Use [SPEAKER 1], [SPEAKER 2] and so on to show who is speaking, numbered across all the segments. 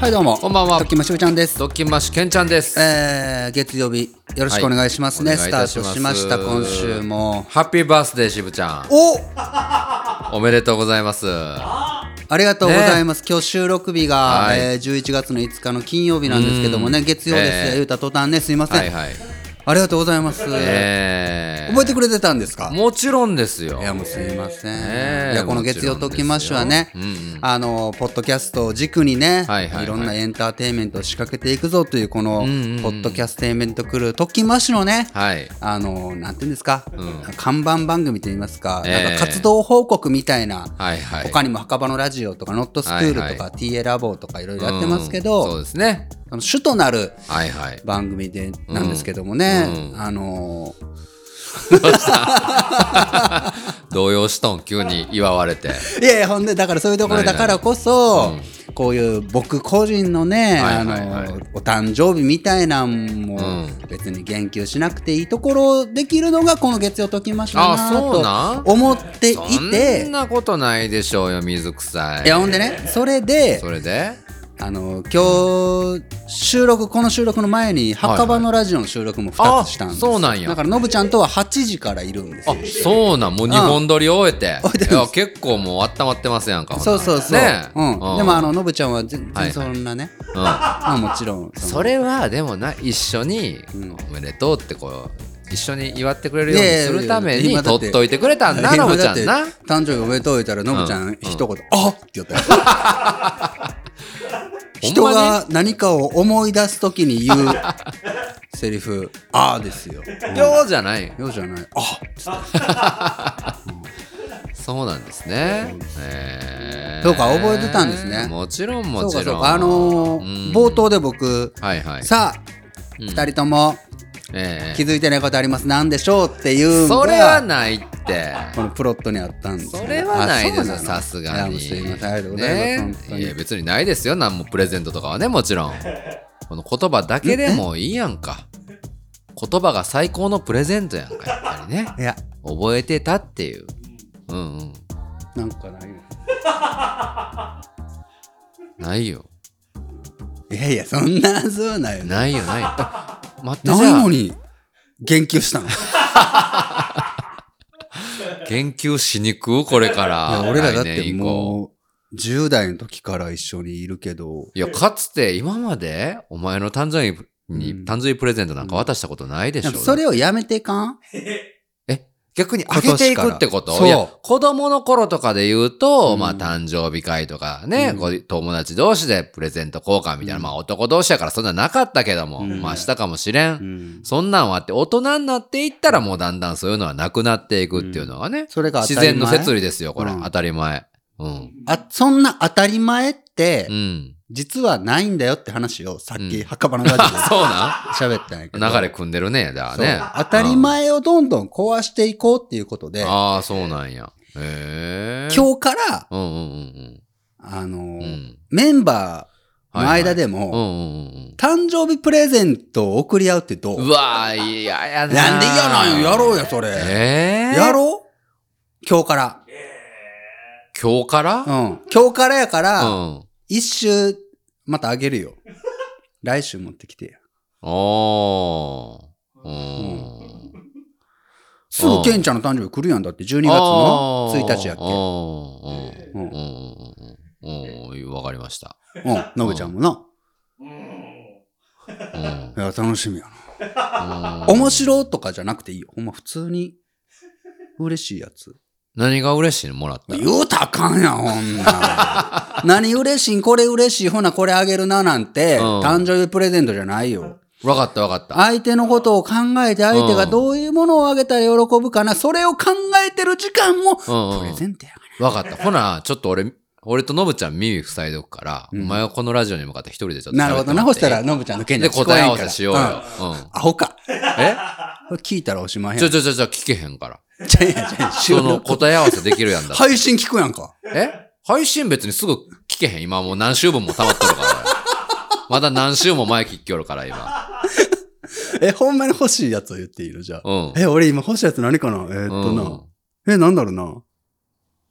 [SPEAKER 1] はいどうも
[SPEAKER 2] こんばんは
[SPEAKER 1] ときましょうちゃんです
[SPEAKER 2] ドッキンマッシュケンちゃんです。
[SPEAKER 1] えー、月曜日よろしくお願いしますね、
[SPEAKER 2] はい
[SPEAKER 1] ス
[SPEAKER 2] お
[SPEAKER 1] タ
[SPEAKER 2] 願い
[SPEAKER 1] ー
[SPEAKER 2] いたし
[SPEAKER 1] ト
[SPEAKER 2] ます
[SPEAKER 1] しました今週も
[SPEAKER 2] ハッピーバースデーしぶちゃん。
[SPEAKER 1] お
[SPEAKER 2] おめでとうございます。
[SPEAKER 1] ありがとうございます、今日収録日が、
[SPEAKER 2] はい
[SPEAKER 1] えー、11月の5日の金曜日なんですけどもね月曜ですよ、
[SPEAKER 2] えー
[SPEAKER 1] 言うた途端ねすいません、
[SPEAKER 2] はいはい。
[SPEAKER 1] ありがとうございます、
[SPEAKER 2] えー
[SPEAKER 1] 覚えてくれてたんですか
[SPEAKER 2] もちろんですよ
[SPEAKER 1] い。やもうすいません、
[SPEAKER 2] ねえ
[SPEAKER 1] いやこの月曜ときましはね、
[SPEAKER 2] もちろんですようんうん
[SPEAKER 1] あのポッドキャストを軸にね、
[SPEAKER 2] はいいはいはい
[SPEAKER 1] ろんなエンターテインメントを仕掛けていくぞというこの、
[SPEAKER 2] んうんうん
[SPEAKER 1] ポッドキャステインメントクルーときましのね、
[SPEAKER 2] はい。
[SPEAKER 1] あのなんていうんですか、看板番組といいますか,、
[SPEAKER 2] ええ
[SPEAKER 1] なんか活動報告みたいな、
[SPEAKER 2] はいはい。
[SPEAKER 1] 他にも墓場のラジオとかノットスクールとか、
[SPEAKER 2] はいは
[SPEAKER 1] TA ラボとかいろいろやってますけど、
[SPEAKER 2] うんそうですね。
[SPEAKER 1] その主となる
[SPEAKER 2] はいはい。
[SPEAKER 1] 番組でなんですけどもね、
[SPEAKER 2] う
[SPEAKER 1] あの
[SPEAKER 2] 動揺しとん、急に祝われて。
[SPEAKER 1] いやいやほんでだからそういうところだからこそ、
[SPEAKER 2] ないない
[SPEAKER 1] こういう僕個人のね、
[SPEAKER 2] はいはいはい
[SPEAKER 1] あのお誕生日みたいなんも
[SPEAKER 2] うん
[SPEAKER 1] 別に言及しなくていいところをできるのがこの月曜ときましょう
[SPEAKER 2] あそうな
[SPEAKER 1] なと
[SPEAKER 2] ん
[SPEAKER 1] 思ってい
[SPEAKER 2] そ
[SPEAKER 1] て
[SPEAKER 2] んなことないでしょうよ、水臭い。
[SPEAKER 1] いやほんでねそれで
[SPEAKER 2] それで
[SPEAKER 1] あの今日収録この収録の前に墓場のラジオの収録も2つしたんです、
[SPEAKER 2] あそうなんや
[SPEAKER 1] だからのぶちゃんとは8時からいるんですよ
[SPEAKER 2] あそうなんもう2本撮り終えて、
[SPEAKER 1] 終えて
[SPEAKER 2] い
[SPEAKER 1] ま
[SPEAKER 2] や結構もう温まってますやんかほな
[SPEAKER 1] そうそうそう、
[SPEAKER 2] ねえ
[SPEAKER 1] うん、でもあののぶちゃんは全
[SPEAKER 2] はい
[SPEAKER 1] 然
[SPEAKER 2] はい
[SPEAKER 1] そんなね、
[SPEAKER 2] うん
[SPEAKER 1] まあもちろんの
[SPEAKER 2] それはでもな一緒に
[SPEAKER 1] うん
[SPEAKER 2] 「おめでとう」ってこう一緒に祝ってくれるよ
[SPEAKER 1] い
[SPEAKER 2] うに
[SPEAKER 1] やいやいや
[SPEAKER 2] するため
[SPEAKER 1] 今だ
[SPEAKER 2] に
[SPEAKER 1] っ
[SPEAKER 2] 取
[SPEAKER 1] て
[SPEAKER 2] っといてくれたんだ
[SPEAKER 1] 今
[SPEAKER 2] ノブ ち
[SPEAKER 1] だっ
[SPEAKER 2] ゃ
[SPEAKER 1] て
[SPEAKER 2] んな
[SPEAKER 1] 誕生日おめでとう言ったらのぶちゃ
[SPEAKER 2] うんん
[SPEAKER 1] 一言「あっ!」って言ったよ 人
[SPEAKER 2] ほんまに
[SPEAKER 1] が何かを思い出す時に言うセリフ「あ」ですよ。
[SPEAKER 2] 量じゃない
[SPEAKER 1] よじゃない「あっ!
[SPEAKER 2] そうなんですねえー
[SPEAKER 1] そうか覚えてたんですね
[SPEAKER 2] もちろん」
[SPEAKER 1] そ
[SPEAKER 2] も
[SPEAKER 1] うか
[SPEAKER 2] ち
[SPEAKER 1] そう
[SPEAKER 2] ろん
[SPEAKER 1] かあの
[SPEAKER 2] う
[SPEAKER 1] ー
[SPEAKER 2] ん
[SPEAKER 1] 冒頭で僕
[SPEAKER 2] はいは
[SPEAKER 1] 「
[SPEAKER 2] い
[SPEAKER 1] さあ
[SPEAKER 2] うん
[SPEAKER 1] 二人とも
[SPEAKER 2] え
[SPEAKER 1] 気
[SPEAKER 2] え
[SPEAKER 1] づいてないことありますなんでしょう?」っていうの
[SPEAKER 2] それ
[SPEAKER 1] が
[SPEAKER 2] はないって
[SPEAKER 1] このプロットにあったんですよ
[SPEAKER 2] それはないで
[SPEAKER 1] あそ
[SPEAKER 2] す
[SPEAKER 1] う
[SPEAKER 2] よ
[SPEAKER 1] の
[SPEAKER 2] さす
[SPEAKER 1] いや
[SPEAKER 2] が
[SPEAKER 1] も
[SPEAKER 2] に
[SPEAKER 1] うすいませんありがとうございます、
[SPEAKER 2] ね
[SPEAKER 1] 本当
[SPEAKER 2] い
[SPEAKER 1] に
[SPEAKER 2] や別にないですよ何もプレゼントとかはねも ちろんこの言葉だけでもいいやんか言葉が最高のプレゼントやんかやっぱりね
[SPEAKER 1] いや
[SPEAKER 2] 覚えてたっていううんうん
[SPEAKER 1] なんかないよ
[SPEAKER 2] ないよ
[SPEAKER 1] いやいやそんなはずはないよ
[SPEAKER 2] ないよないよあ待ってじ
[SPEAKER 1] ない
[SPEAKER 2] ゃ
[SPEAKER 1] の
[SPEAKER 2] あ
[SPEAKER 1] に言及したのい
[SPEAKER 2] 言及しにくうこれから
[SPEAKER 1] や俺らだっ
[SPEAKER 2] 来
[SPEAKER 1] て
[SPEAKER 2] 年以降
[SPEAKER 1] もう10代の時から一緒にいるけど
[SPEAKER 2] いやかつて今までお前の誕生日に、
[SPEAKER 1] うん
[SPEAKER 2] 誕生日プレゼントなんか渡したことないでし
[SPEAKER 1] な
[SPEAKER 2] ょ
[SPEAKER 1] んかそれをやめていかん
[SPEAKER 2] 逆に上げていくってこと
[SPEAKER 1] 今年から
[SPEAKER 2] いや
[SPEAKER 1] そう
[SPEAKER 2] 子供の頃とかで言うと、
[SPEAKER 1] うん
[SPEAKER 2] まあ誕生日会とかね、
[SPEAKER 1] うん
[SPEAKER 2] こう友達同士でプレゼント交換みたいな、
[SPEAKER 1] うん
[SPEAKER 2] まあ男同士やからそんななかったけども、
[SPEAKER 1] うん
[SPEAKER 2] まあしたかもしれん。
[SPEAKER 1] うん
[SPEAKER 2] そんなんはあって、大人になっていったらもうだんだんそういうのはなくなっていくっていうのはね、
[SPEAKER 1] それが当
[SPEAKER 2] 自
[SPEAKER 1] たり前
[SPEAKER 2] 然の摂理ですよ、これ。
[SPEAKER 1] うん
[SPEAKER 2] 当たり前。うん。
[SPEAKER 1] あそんな当たり前って
[SPEAKER 2] うん。
[SPEAKER 1] 実はないんだよって話をさっき
[SPEAKER 2] うん
[SPEAKER 1] 墓場のラジオで
[SPEAKER 2] そう な
[SPEAKER 1] 喋ったんやけど
[SPEAKER 2] ん流れ組んでるね、だから
[SPEAKER 1] そう
[SPEAKER 2] ね。
[SPEAKER 1] 当たり前をどんどん壊していこうっていうことで
[SPEAKER 2] うん。ああ、そうなんや。へえ。
[SPEAKER 1] 今日から
[SPEAKER 2] うんうんうん
[SPEAKER 1] あのー
[SPEAKER 2] うん。うん。
[SPEAKER 1] メンバーの間で
[SPEAKER 2] うん
[SPEAKER 1] も、
[SPEAKER 2] うんうんうん。
[SPEAKER 1] 誕生日プレゼントを送り合うってどう
[SPEAKER 2] うわー、いややなー。
[SPEAKER 1] なんで嫌なんよ、やろうよ、それ。
[SPEAKER 2] えー、
[SPEAKER 1] やろう今日から。
[SPEAKER 2] 今日から
[SPEAKER 1] う、ん。今日からやから、
[SPEAKER 2] ん。
[SPEAKER 1] 一周、またあげる よ。来週持ってきてや。
[SPEAKER 2] おー。う
[SPEAKER 1] すぐケンちゃんの誕生日来るやんだって、12月
[SPEAKER 2] 2
[SPEAKER 1] の1日やっけ。
[SPEAKER 2] け
[SPEAKER 1] うん
[SPEAKER 2] うん。うん。うん。うん。わかりました。
[SPEAKER 1] うん、のぶちゃんもな。
[SPEAKER 2] うん。
[SPEAKER 1] いや、楽しみやな。
[SPEAKER 2] うん
[SPEAKER 1] 面白とかじゃなくていいよ。ほんま、普通に。嬉しいやつ。
[SPEAKER 2] 何が嬉しいのもらったら。
[SPEAKER 1] 言うたらあかんやん、ほん なん。何嬉しいんこれ嬉しい、ほな、これあげるな、なんて、
[SPEAKER 2] うん
[SPEAKER 1] 誕生日プレゼントじゃないよ。
[SPEAKER 2] わかったわかった。
[SPEAKER 1] 相手のことを考えて相手がどういうものをあげたら喜ぶかな、それを考えてる時間もプ
[SPEAKER 2] うんうん
[SPEAKER 1] レゼントやか
[SPEAKER 2] わかった。ほな、ちょっと俺、俺とノブちゃん耳塞いどくから、
[SPEAKER 1] うん
[SPEAKER 2] お前はこのラジオに向かって一人でちょっと喋っても
[SPEAKER 1] な
[SPEAKER 2] らって
[SPEAKER 1] る
[SPEAKER 2] いい。
[SPEAKER 1] ほどな。そしたら、のぶちゃんの件
[SPEAKER 2] で、
[SPEAKER 1] に聞こ
[SPEAKER 2] 答
[SPEAKER 1] えへん
[SPEAKER 2] え合
[SPEAKER 1] か
[SPEAKER 2] わ
[SPEAKER 1] ら
[SPEAKER 2] せしようよ。
[SPEAKER 1] んアホか。これ聞いたらおしまい
[SPEAKER 2] うん。
[SPEAKER 1] や
[SPEAKER 2] ち
[SPEAKER 1] ん。
[SPEAKER 2] ょちょちょちょ、聞けへんから。
[SPEAKER 1] ちゃいやんちゃいやん 収
[SPEAKER 2] その
[SPEAKER 1] 録
[SPEAKER 2] 答え合わせできるやんだって
[SPEAKER 1] 配信聞くやんか。
[SPEAKER 2] え配信別にすぐ聞けへん。今もう何週分も溜まってるから。 俺まだ何週も前聞きよるから、今。
[SPEAKER 1] え、ほんまに欲しいやつを言っているじゃあ。
[SPEAKER 2] うん。
[SPEAKER 1] え、俺今欲しいやつ何かなえーっとな。え、なんだろうな。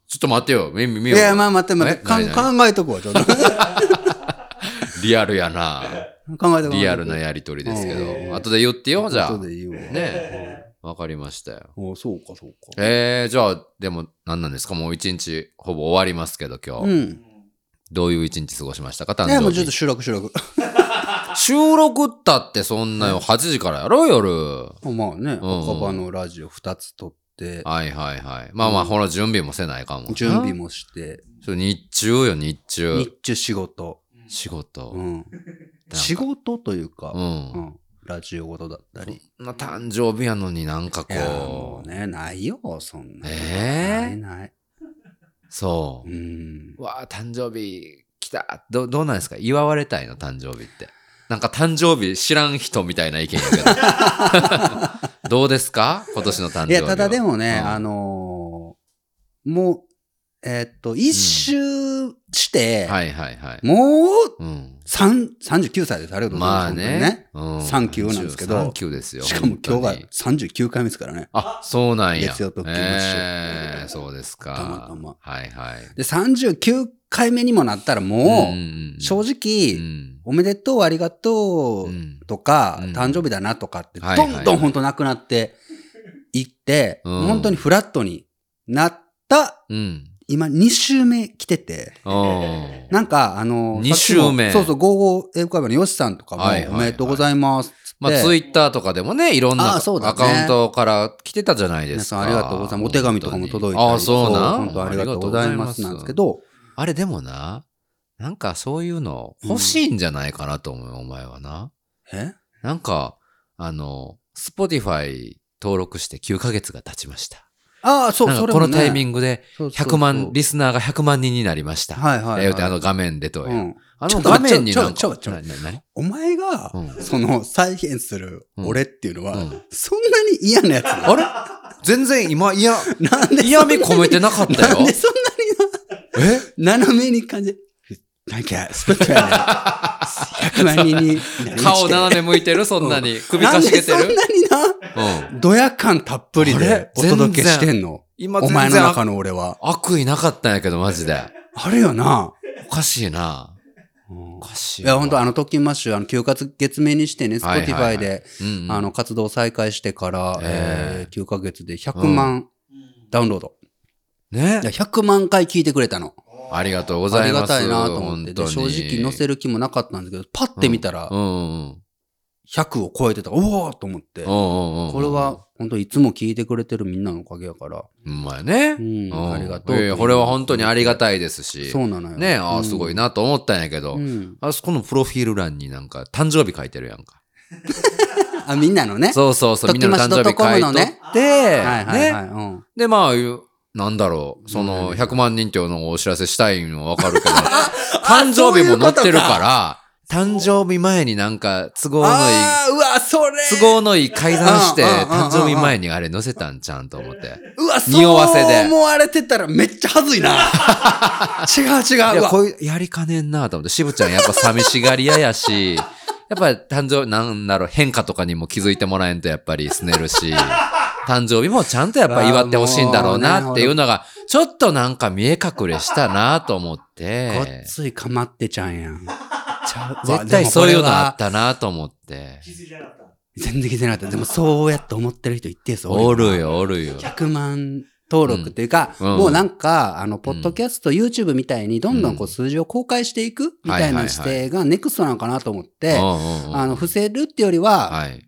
[SPEAKER 2] ちょっと待ってよ。み、み、み
[SPEAKER 1] いや、まあ待って待っ
[SPEAKER 2] え
[SPEAKER 1] て、かん
[SPEAKER 2] 何々
[SPEAKER 1] 考えとくわ、ちょっと。
[SPEAKER 2] リアルやな。
[SPEAKER 1] 考えとくわ。
[SPEAKER 2] リアルなやりとりですけ
[SPEAKER 1] うん
[SPEAKER 2] ど。後で言ってよ、じゃあ。
[SPEAKER 1] 後
[SPEAKER 2] ね
[SPEAKER 1] で言うわ。
[SPEAKER 2] え。わかりましたよ。
[SPEAKER 1] おそうか、そうか。
[SPEAKER 2] えー、じゃあ、でも、何なんですかもう一日、ほぼ終わりますけど、今日。
[SPEAKER 1] うん。
[SPEAKER 2] どういう一日過ごしましたか誕
[SPEAKER 1] い
[SPEAKER 2] 生
[SPEAKER 1] や、
[SPEAKER 2] 日。
[SPEAKER 1] もうちょっと収録、収録。
[SPEAKER 2] 収録ったってそんなよ、8時からやろ、夜。
[SPEAKER 1] まあね、
[SPEAKER 2] うん
[SPEAKER 1] 赤羽のラジオ2つ撮って、
[SPEAKER 2] はいはいはい。まあまあ、ほら、準備もせないかもな。
[SPEAKER 1] 準備もして、
[SPEAKER 2] そう。日中よ、日中
[SPEAKER 1] 日。中仕事。
[SPEAKER 2] 仕事。
[SPEAKER 1] う
[SPEAKER 2] なん
[SPEAKER 1] ん。
[SPEAKER 2] か
[SPEAKER 1] 仕事というか
[SPEAKER 2] う、。
[SPEAKER 1] うんん。ラジオごとだったり。
[SPEAKER 2] そんな誕生日やのになんか
[SPEAKER 1] いや、も
[SPEAKER 2] こ
[SPEAKER 1] う
[SPEAKER 2] う。
[SPEAKER 1] ね、ないよ、そんな。な
[SPEAKER 2] え
[SPEAKER 1] い
[SPEAKER 2] え
[SPEAKER 1] ない。
[SPEAKER 2] そうう。
[SPEAKER 1] ん。
[SPEAKER 2] わあ、誕生日来た。ど、どうなんですか祝われたいの誕生日って。なんか誕生日知らん人みたいな意見やけど。 どうですか今年の誕生
[SPEAKER 1] い
[SPEAKER 2] 日は。
[SPEAKER 1] や、ただでもね、
[SPEAKER 2] うん
[SPEAKER 1] あのーもう、えーっと、一周して、
[SPEAKER 2] はいはいはい。
[SPEAKER 1] もう、
[SPEAKER 2] うん。
[SPEAKER 1] 三39歳です。ありがとうございます
[SPEAKER 2] ま。あ
[SPEAKER 1] 本当に
[SPEAKER 2] ね。うん
[SPEAKER 1] 三級なんですけど
[SPEAKER 2] 三級ですよ。
[SPEAKER 1] しかも今
[SPEAKER 2] 本当
[SPEAKER 1] 日
[SPEAKER 2] に
[SPEAKER 1] が39回目ですからね。
[SPEAKER 2] あ、そうなんや。
[SPEAKER 1] 月曜特急も一緒
[SPEAKER 2] えーそうですか。
[SPEAKER 1] たまたま
[SPEAKER 2] はいはい。
[SPEAKER 1] で、39回目にもなったらもう、正
[SPEAKER 2] 直、う
[SPEAKER 1] 直、
[SPEAKER 2] ん
[SPEAKER 1] おめでとう、ありがとう
[SPEAKER 2] う
[SPEAKER 1] んとか、
[SPEAKER 2] うん
[SPEAKER 1] 誕生日だなとかって、
[SPEAKER 2] はい
[SPEAKER 1] ど
[SPEAKER 2] はい
[SPEAKER 1] んどん本当なくなっていって、
[SPEAKER 2] うん
[SPEAKER 1] 本当にフラットになった、
[SPEAKER 2] うん。
[SPEAKER 1] 今2週目来てて、
[SPEAKER 2] うん
[SPEAKER 1] なんか、あの、
[SPEAKER 2] 二
[SPEAKER 1] さっきも
[SPEAKER 2] 週目
[SPEAKER 1] そうそう、55英語会話のヨシさんとかも、
[SPEAKER 2] はいはいはい
[SPEAKER 1] おめでとうございますっつって。
[SPEAKER 2] まあ、ツイッターとかでもね、いろんな
[SPEAKER 1] あ
[SPEAKER 2] アカ
[SPEAKER 1] そうだね
[SPEAKER 2] ウントから来てたじゃないで
[SPEAKER 1] 皆
[SPEAKER 2] す
[SPEAKER 1] さ
[SPEAKER 2] か。
[SPEAKER 1] んありがとうございます。お手紙とかも届いて
[SPEAKER 2] ああ、そうなん
[SPEAKER 1] 本当ありがとうございますなんですけ。ど、
[SPEAKER 2] あれでもな、なんかそういうの欲しいんじゃないかなと思うよ、お前はな。
[SPEAKER 1] え
[SPEAKER 2] なんか、あの、Spotify 登録して9ヶ月が経ちました。
[SPEAKER 1] ああ、そう、
[SPEAKER 2] なん
[SPEAKER 1] そ
[SPEAKER 2] か
[SPEAKER 1] れ
[SPEAKER 2] こ
[SPEAKER 1] も
[SPEAKER 2] の
[SPEAKER 1] ね
[SPEAKER 2] タイミングで
[SPEAKER 1] そうそうそ
[SPEAKER 2] 100
[SPEAKER 1] う
[SPEAKER 2] 万、リスナーが100万人になりました。
[SPEAKER 1] はいはいはい
[SPEAKER 2] えーってあの画面でとや、
[SPEAKER 1] うん
[SPEAKER 2] あ
[SPEAKER 1] ちょ
[SPEAKER 2] の
[SPEAKER 1] っと
[SPEAKER 2] 画
[SPEAKER 1] 待って
[SPEAKER 2] 面になん
[SPEAKER 1] ちょ
[SPEAKER 2] か
[SPEAKER 1] っと、待
[SPEAKER 2] ななな
[SPEAKER 1] お前が、
[SPEAKER 2] うん
[SPEAKER 1] その、再現する俺っていうのは、
[SPEAKER 2] うんうん
[SPEAKER 1] そんなに嫌なやつだ。
[SPEAKER 2] あれ全然今、いや、
[SPEAKER 1] なん でそんなに
[SPEAKER 2] 嫌味込めてなかったよ
[SPEAKER 1] なんでそん
[SPEAKER 2] え
[SPEAKER 1] なに斜めに感じ、なんか、スポットやね。100万人になりまして。
[SPEAKER 2] 顔斜め向いてるそんなに。首
[SPEAKER 1] な
[SPEAKER 2] か
[SPEAKER 1] ん
[SPEAKER 2] し
[SPEAKER 1] で
[SPEAKER 2] げて
[SPEAKER 1] そんなに
[SPEAKER 2] る
[SPEAKER 1] な、
[SPEAKER 2] うん。
[SPEAKER 1] ドヤ感たっぷり
[SPEAKER 2] あ
[SPEAKER 1] で
[SPEAKER 2] れ
[SPEAKER 1] お届けしてんの。
[SPEAKER 2] 今
[SPEAKER 1] お
[SPEAKER 2] 全
[SPEAKER 1] 前の
[SPEAKER 2] 然
[SPEAKER 1] 中
[SPEAKER 2] 悪
[SPEAKER 1] の俺は。
[SPEAKER 2] 悪意なかったんやけど、マジで。
[SPEAKER 1] あれよな。
[SPEAKER 2] おかしいな。
[SPEAKER 1] うん
[SPEAKER 2] おかしい
[SPEAKER 1] い
[SPEAKER 2] わ。
[SPEAKER 1] や、本当あの、特勤マッシュ、あの、9ヶ月目にしてね、
[SPEAKER 2] はいはいは
[SPEAKER 1] Spotify
[SPEAKER 2] い
[SPEAKER 1] で、
[SPEAKER 2] うんうん
[SPEAKER 1] あの、活動再開してから、
[SPEAKER 2] え
[SPEAKER 1] えー9ヶ月で100万ダウンロード。
[SPEAKER 2] ね
[SPEAKER 1] いや、100万回聞いてくれたの。
[SPEAKER 2] ありがとうご
[SPEAKER 1] あ
[SPEAKER 2] ざ
[SPEAKER 1] り
[SPEAKER 2] い
[SPEAKER 1] が
[SPEAKER 2] ます。
[SPEAKER 1] たいなと思って。で
[SPEAKER 2] 本当
[SPEAKER 1] 正
[SPEAKER 2] に
[SPEAKER 1] 直載せる気もなかったんですけど、パッて見たら
[SPEAKER 2] う、んうん
[SPEAKER 1] 100を超えてた。おおと思って。
[SPEAKER 2] うん。
[SPEAKER 1] こ
[SPEAKER 2] うんうんうん
[SPEAKER 1] れ、は、本当いつも聞いてくれてるみんなのおかげやから。
[SPEAKER 2] うまいね。
[SPEAKER 1] うんありがとう
[SPEAKER 2] いやいやこれは本当にありがたいですし。
[SPEAKER 1] そうなのよ。
[SPEAKER 2] ねああ、すごいなと思ったんやけど、
[SPEAKER 1] うん。
[SPEAKER 2] あそこのプロフィール欄になんか誕生日書いてるやんか。
[SPEAKER 1] あ、みんなのね。
[SPEAKER 2] そうそうそう、みんなの誕生日書いとって、
[SPEAKER 1] はいはいはい。
[SPEAKER 2] ね。
[SPEAKER 1] うん
[SPEAKER 2] で、まあ、いうなんだろう、その100万人っていうのをお知らせしたいのはわかるけど、誕生日も載ってるから、誕生日前になんか都合のいい、
[SPEAKER 1] ああ、うわ、それ
[SPEAKER 2] 都合のいい改ざんして、
[SPEAKER 1] うんうんうんうんうん
[SPEAKER 2] 誕生日前にあれ載せたんちゃうんと思って。
[SPEAKER 1] うわ、そう
[SPEAKER 2] 匂わせで
[SPEAKER 1] 思われてたらめっちゃはずいな。違う違。
[SPEAKER 2] いう
[SPEAKER 1] う
[SPEAKER 2] や、
[SPEAKER 1] わ
[SPEAKER 2] こういう、やりかねんなと思って、しぶちゃんやっぱ寂しがり屋 やし、やっぱ誕生、なんだろう、変化とかにも気づいてもらえんとやっぱりすねるし、誕生日もちゃんとやっぱ祝ってほしいんだろうなっていうのが、ちょっとなんか見え隠れしたなと思っ、
[SPEAKER 1] ごってついかまってちゃんやん。。
[SPEAKER 2] 絶対そういうのあったたなと思って、
[SPEAKER 1] 全然気づいてなかった。でもそうやって思ってる人一定数
[SPEAKER 2] お
[SPEAKER 1] 多い。
[SPEAKER 2] るよ、おるよ。
[SPEAKER 1] 100万登録っていうか、
[SPEAKER 2] うんうん
[SPEAKER 1] もうなんか、あの、ポッドキャスト、YouTube みたいにどんどんこ
[SPEAKER 2] う
[SPEAKER 1] うん数字を公開していくみたいな姿勢がネクストなのかなと思っ
[SPEAKER 2] うん
[SPEAKER 1] て、
[SPEAKER 2] うんうん
[SPEAKER 1] あの、伏せるってよりは、
[SPEAKER 2] はい。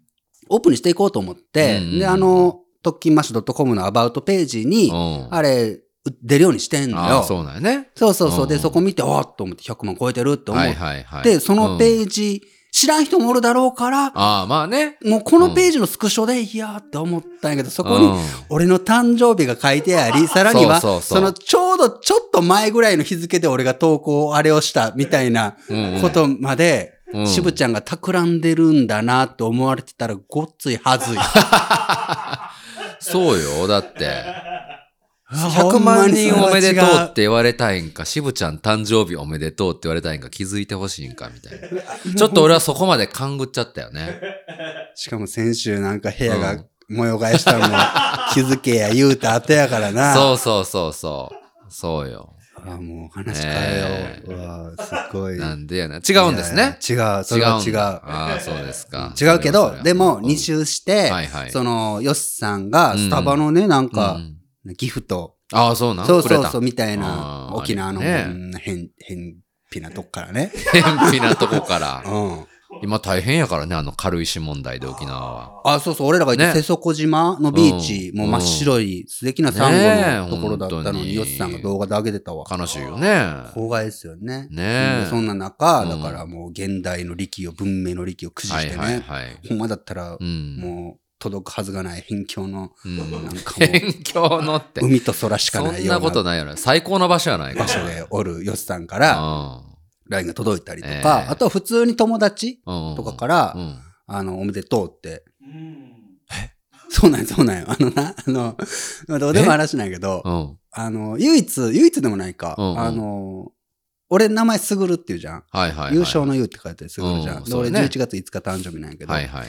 [SPEAKER 1] オープンにしていこうと思って、
[SPEAKER 2] うんうんうん
[SPEAKER 1] で、あの、特勤マッシュ .com のアバウトページに
[SPEAKER 2] う、ん
[SPEAKER 1] あれ、出るようにしてんの
[SPEAKER 2] あ
[SPEAKER 1] よ。
[SPEAKER 2] あ、そうなんやね。
[SPEAKER 1] そうそうそう。
[SPEAKER 2] う
[SPEAKER 1] で、
[SPEAKER 2] ん
[SPEAKER 1] そこ見て、おーっと思って100万超えてるって思っ
[SPEAKER 2] は
[SPEAKER 1] て、
[SPEAKER 2] いはいはい。
[SPEAKER 1] その
[SPEAKER 2] うん
[SPEAKER 1] ページ、知らん人もおるだろうから、
[SPEAKER 2] ああ、まあね。
[SPEAKER 1] もうこのページのスクショで、いやーって思ったんやけど、そこに
[SPEAKER 2] うん、
[SPEAKER 1] 俺の誕生日が書いてあり、さらには、
[SPEAKER 2] そうそうそう
[SPEAKER 1] そのちょうどちょっと前ぐらいの日付で俺が投稿あれをしたみたいな
[SPEAKER 2] うんうん
[SPEAKER 1] ことまで、
[SPEAKER 2] うん
[SPEAKER 1] しぶちゃんが企んでるんだなって思われてたら、ごっついは ずい。
[SPEAKER 2] そうよ、だって。
[SPEAKER 1] 100
[SPEAKER 2] 100万人おめでとう って言われたいんか、渋ちゃん誕生日おめでとうって言われたいんか、気づいてほしいんか、みたい な。ちょっと俺はそこまで勘ぐっちゃったよね。
[SPEAKER 1] しかも先週なんか部屋
[SPEAKER 2] う
[SPEAKER 1] が
[SPEAKER 2] ん
[SPEAKER 1] 模様替えしたの も気づけや言うた後やからな。
[SPEAKER 2] そうそうそうそう。そうよ。
[SPEAKER 1] あもう話変えよう。うわすっごい。
[SPEAKER 2] なんでやな。違
[SPEAKER 1] 違
[SPEAKER 2] うんですね。
[SPEAKER 1] 違う、それは違
[SPEAKER 2] んだ
[SPEAKER 1] う。
[SPEAKER 2] ああ、そうですか。
[SPEAKER 1] 違うけ
[SPEAKER 2] それはそれ
[SPEAKER 1] ど、
[SPEAKER 2] は
[SPEAKER 1] でも、2周して
[SPEAKER 2] はいは、い
[SPEAKER 1] その、ヨシさんが、
[SPEAKER 2] うん
[SPEAKER 1] スタバのね、なん
[SPEAKER 2] う
[SPEAKER 1] か、
[SPEAKER 2] ん
[SPEAKER 1] ギフト、
[SPEAKER 2] ああ、そうなん
[SPEAKER 1] そうそうそ
[SPEAKER 2] く
[SPEAKER 1] う、
[SPEAKER 2] れ
[SPEAKER 1] みたいな
[SPEAKER 2] あ、ー
[SPEAKER 1] 沖縄の、
[SPEAKER 2] あれね
[SPEAKER 1] うん変、変、ピなとこからね。
[SPEAKER 2] た偏僻なとこから
[SPEAKER 1] う。ん。
[SPEAKER 2] 今大変やからね、あの軽石問題で沖縄は。
[SPEAKER 1] あ、そうそう、俺らが行った
[SPEAKER 2] ね
[SPEAKER 1] 瀬底島のビーチ、
[SPEAKER 2] うん
[SPEAKER 1] もう真っ白い素敵なサンゴのところだったの
[SPEAKER 2] ね
[SPEAKER 1] に、
[SPEAKER 2] え
[SPEAKER 1] ヨシさんが動画で上げてたわ。
[SPEAKER 2] 悲しいよね。
[SPEAKER 1] 郊外ですよね。
[SPEAKER 2] ねえ
[SPEAKER 1] うんそんな中、
[SPEAKER 2] うん
[SPEAKER 1] だからもう現代の力を、文明の力を駆使
[SPEAKER 2] は
[SPEAKER 1] し
[SPEAKER 2] い
[SPEAKER 1] て
[SPEAKER 2] はい
[SPEAKER 1] ね、
[SPEAKER 2] はい。
[SPEAKER 1] ほんまだったら
[SPEAKER 2] う、ん。
[SPEAKER 1] もう届くはずがない辺境の、
[SPEAKER 2] うん
[SPEAKER 1] なんか もう
[SPEAKER 2] 勉強のって。
[SPEAKER 1] 海と空しか
[SPEAKER 2] そ
[SPEAKER 1] ない
[SPEAKER 2] ん
[SPEAKER 1] よ
[SPEAKER 2] な
[SPEAKER 1] う
[SPEAKER 2] こと
[SPEAKER 1] な
[SPEAKER 2] ないよね。最高の場所やないか
[SPEAKER 1] 場。所でおるヨシさんか
[SPEAKER 2] う
[SPEAKER 1] ら
[SPEAKER 2] ん
[SPEAKER 1] LINE が届いたりと
[SPEAKER 2] ええ
[SPEAKER 1] か、あとは普通に友達
[SPEAKER 2] うん。
[SPEAKER 1] とかから
[SPEAKER 2] う、ん。
[SPEAKER 1] あの、おめでとうって。 そうなんよそうなんよ。あのな、あの、まあどうでも話なんやけど
[SPEAKER 2] う、ん。
[SPEAKER 1] あの、唯一、唯一でもないか、
[SPEAKER 2] うんうん
[SPEAKER 1] あの、俺名前すぐるっていうじゃん。
[SPEAKER 2] はいはいはい。
[SPEAKER 1] 優勝の優って書いてすぐるじゃ。
[SPEAKER 2] うんん
[SPEAKER 1] で
[SPEAKER 2] そう
[SPEAKER 1] 俺
[SPEAKER 2] だね
[SPEAKER 1] 11月5日誕生日なんやけど
[SPEAKER 2] は、いはい。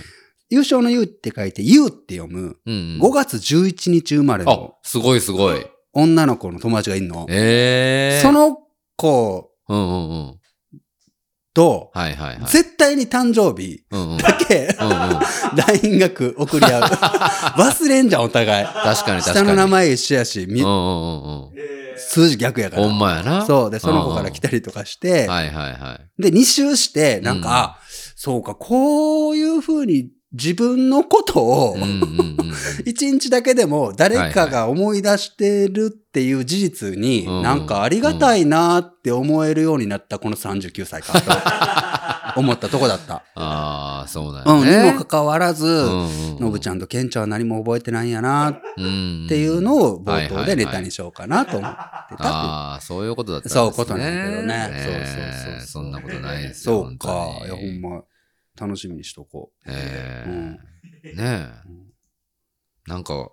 [SPEAKER 1] 優勝の優って書いて、優って読む、
[SPEAKER 2] うんうん。
[SPEAKER 1] 5月11日生まれ
[SPEAKER 2] あ
[SPEAKER 1] の、
[SPEAKER 2] すごいすごい。
[SPEAKER 1] 女の子の友達がいんの。
[SPEAKER 2] ええ。
[SPEAKER 1] そ、の子
[SPEAKER 2] うんうんうん。
[SPEAKER 1] と、
[SPEAKER 2] はいはいはい。
[SPEAKER 1] 絶対に誕生日
[SPEAKER 2] うんうん。うんうん。
[SPEAKER 1] だけ LINE がく送 り合う。忘れんじゃん、お互い。
[SPEAKER 2] 確かに確かに。
[SPEAKER 1] 下の名前一緒やし、み
[SPEAKER 2] うんうんうんうん。
[SPEAKER 1] 数字逆やか
[SPEAKER 2] ほん
[SPEAKER 1] ら。
[SPEAKER 2] まやな。
[SPEAKER 1] そう。で、その子から来たりとかして、
[SPEAKER 2] はいはいはい。
[SPEAKER 1] で、2周して、なん
[SPEAKER 2] うん
[SPEAKER 1] か、あそうか、こういう風に自分のことを
[SPEAKER 2] うん、うんうんうん。
[SPEAKER 1] 一日だけでも誰かが思い出してるっていう事実に、
[SPEAKER 2] うん
[SPEAKER 1] なんかありがたいなって思えるようになったこの39歳か と思ったとこだった。
[SPEAKER 2] ああ、そうだ
[SPEAKER 1] うん、
[SPEAKER 2] よね。
[SPEAKER 1] にもかかわらず、の
[SPEAKER 2] の
[SPEAKER 1] ぶち
[SPEAKER 2] ゃ
[SPEAKER 1] ゃんとケンちゃんは何も覚えてないんやなっ
[SPEAKER 2] ん
[SPEAKER 1] ていうのを
[SPEAKER 2] は
[SPEAKER 1] 冒
[SPEAKER 2] いはい
[SPEAKER 1] 頭
[SPEAKER 2] はい
[SPEAKER 1] でネタにしようかなと思ってたっ
[SPEAKER 2] ああ、そういうことだったんです
[SPEAKER 1] そ
[SPEAKER 2] ね。
[SPEAKER 1] うことなんだけどね
[SPEAKER 2] え
[SPEAKER 1] そうそうそう
[SPEAKER 2] そんなことないで
[SPEAKER 1] ていう。
[SPEAKER 2] すよ。
[SPEAKER 1] そうか。いや、ほ
[SPEAKER 2] 本当に
[SPEAKER 1] んま、楽しみにしとこう。うん
[SPEAKER 2] え。えねえ
[SPEAKER 1] うん。
[SPEAKER 2] なんか、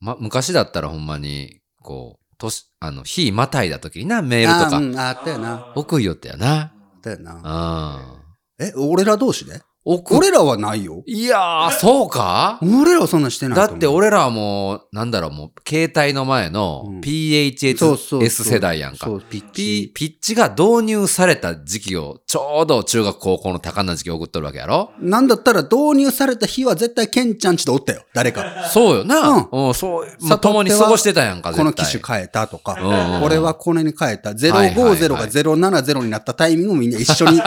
[SPEAKER 2] ま、昔だったらほんまに、こう、年、あの、日またいだ時にな、メールと
[SPEAKER 1] あ
[SPEAKER 2] か
[SPEAKER 1] ー、うんあったよな。あ
[SPEAKER 2] 送りよったよな。
[SPEAKER 1] ったよな。
[SPEAKER 2] うん。
[SPEAKER 1] え、俺ら同士で
[SPEAKER 2] 送る。
[SPEAKER 1] 俺らはないよ。
[SPEAKER 2] いやー、そうか
[SPEAKER 1] 俺らはそんなんしてないと
[SPEAKER 2] だ
[SPEAKER 1] 思う。
[SPEAKER 2] って俺らはもう、なんだろう、もう、携帯の前の
[SPEAKER 1] うんそうそう
[SPEAKER 2] PHS
[SPEAKER 1] そう
[SPEAKER 2] 世代やんか
[SPEAKER 1] そ。う、ピッ
[SPEAKER 2] ピ
[SPEAKER 1] チ。
[SPEAKER 2] ピッチが導入された時期を、ちょうど中学高校の高んな時期を送っとるわけやろ
[SPEAKER 1] なんだったら導入された日は絶対ケンちゃんちでおったよ。誰か。
[SPEAKER 2] そうよな。
[SPEAKER 1] う
[SPEAKER 2] うん、そう、
[SPEAKER 1] さ
[SPEAKER 2] まあ、共に過ごしてたやんか、絶
[SPEAKER 1] こ
[SPEAKER 2] 対。
[SPEAKER 1] の機種変えたとか、
[SPEAKER 2] うんうん
[SPEAKER 1] これはこれに変えた。
[SPEAKER 2] はいはい
[SPEAKER 1] 050が070になったタイミングをみんな一緒 に、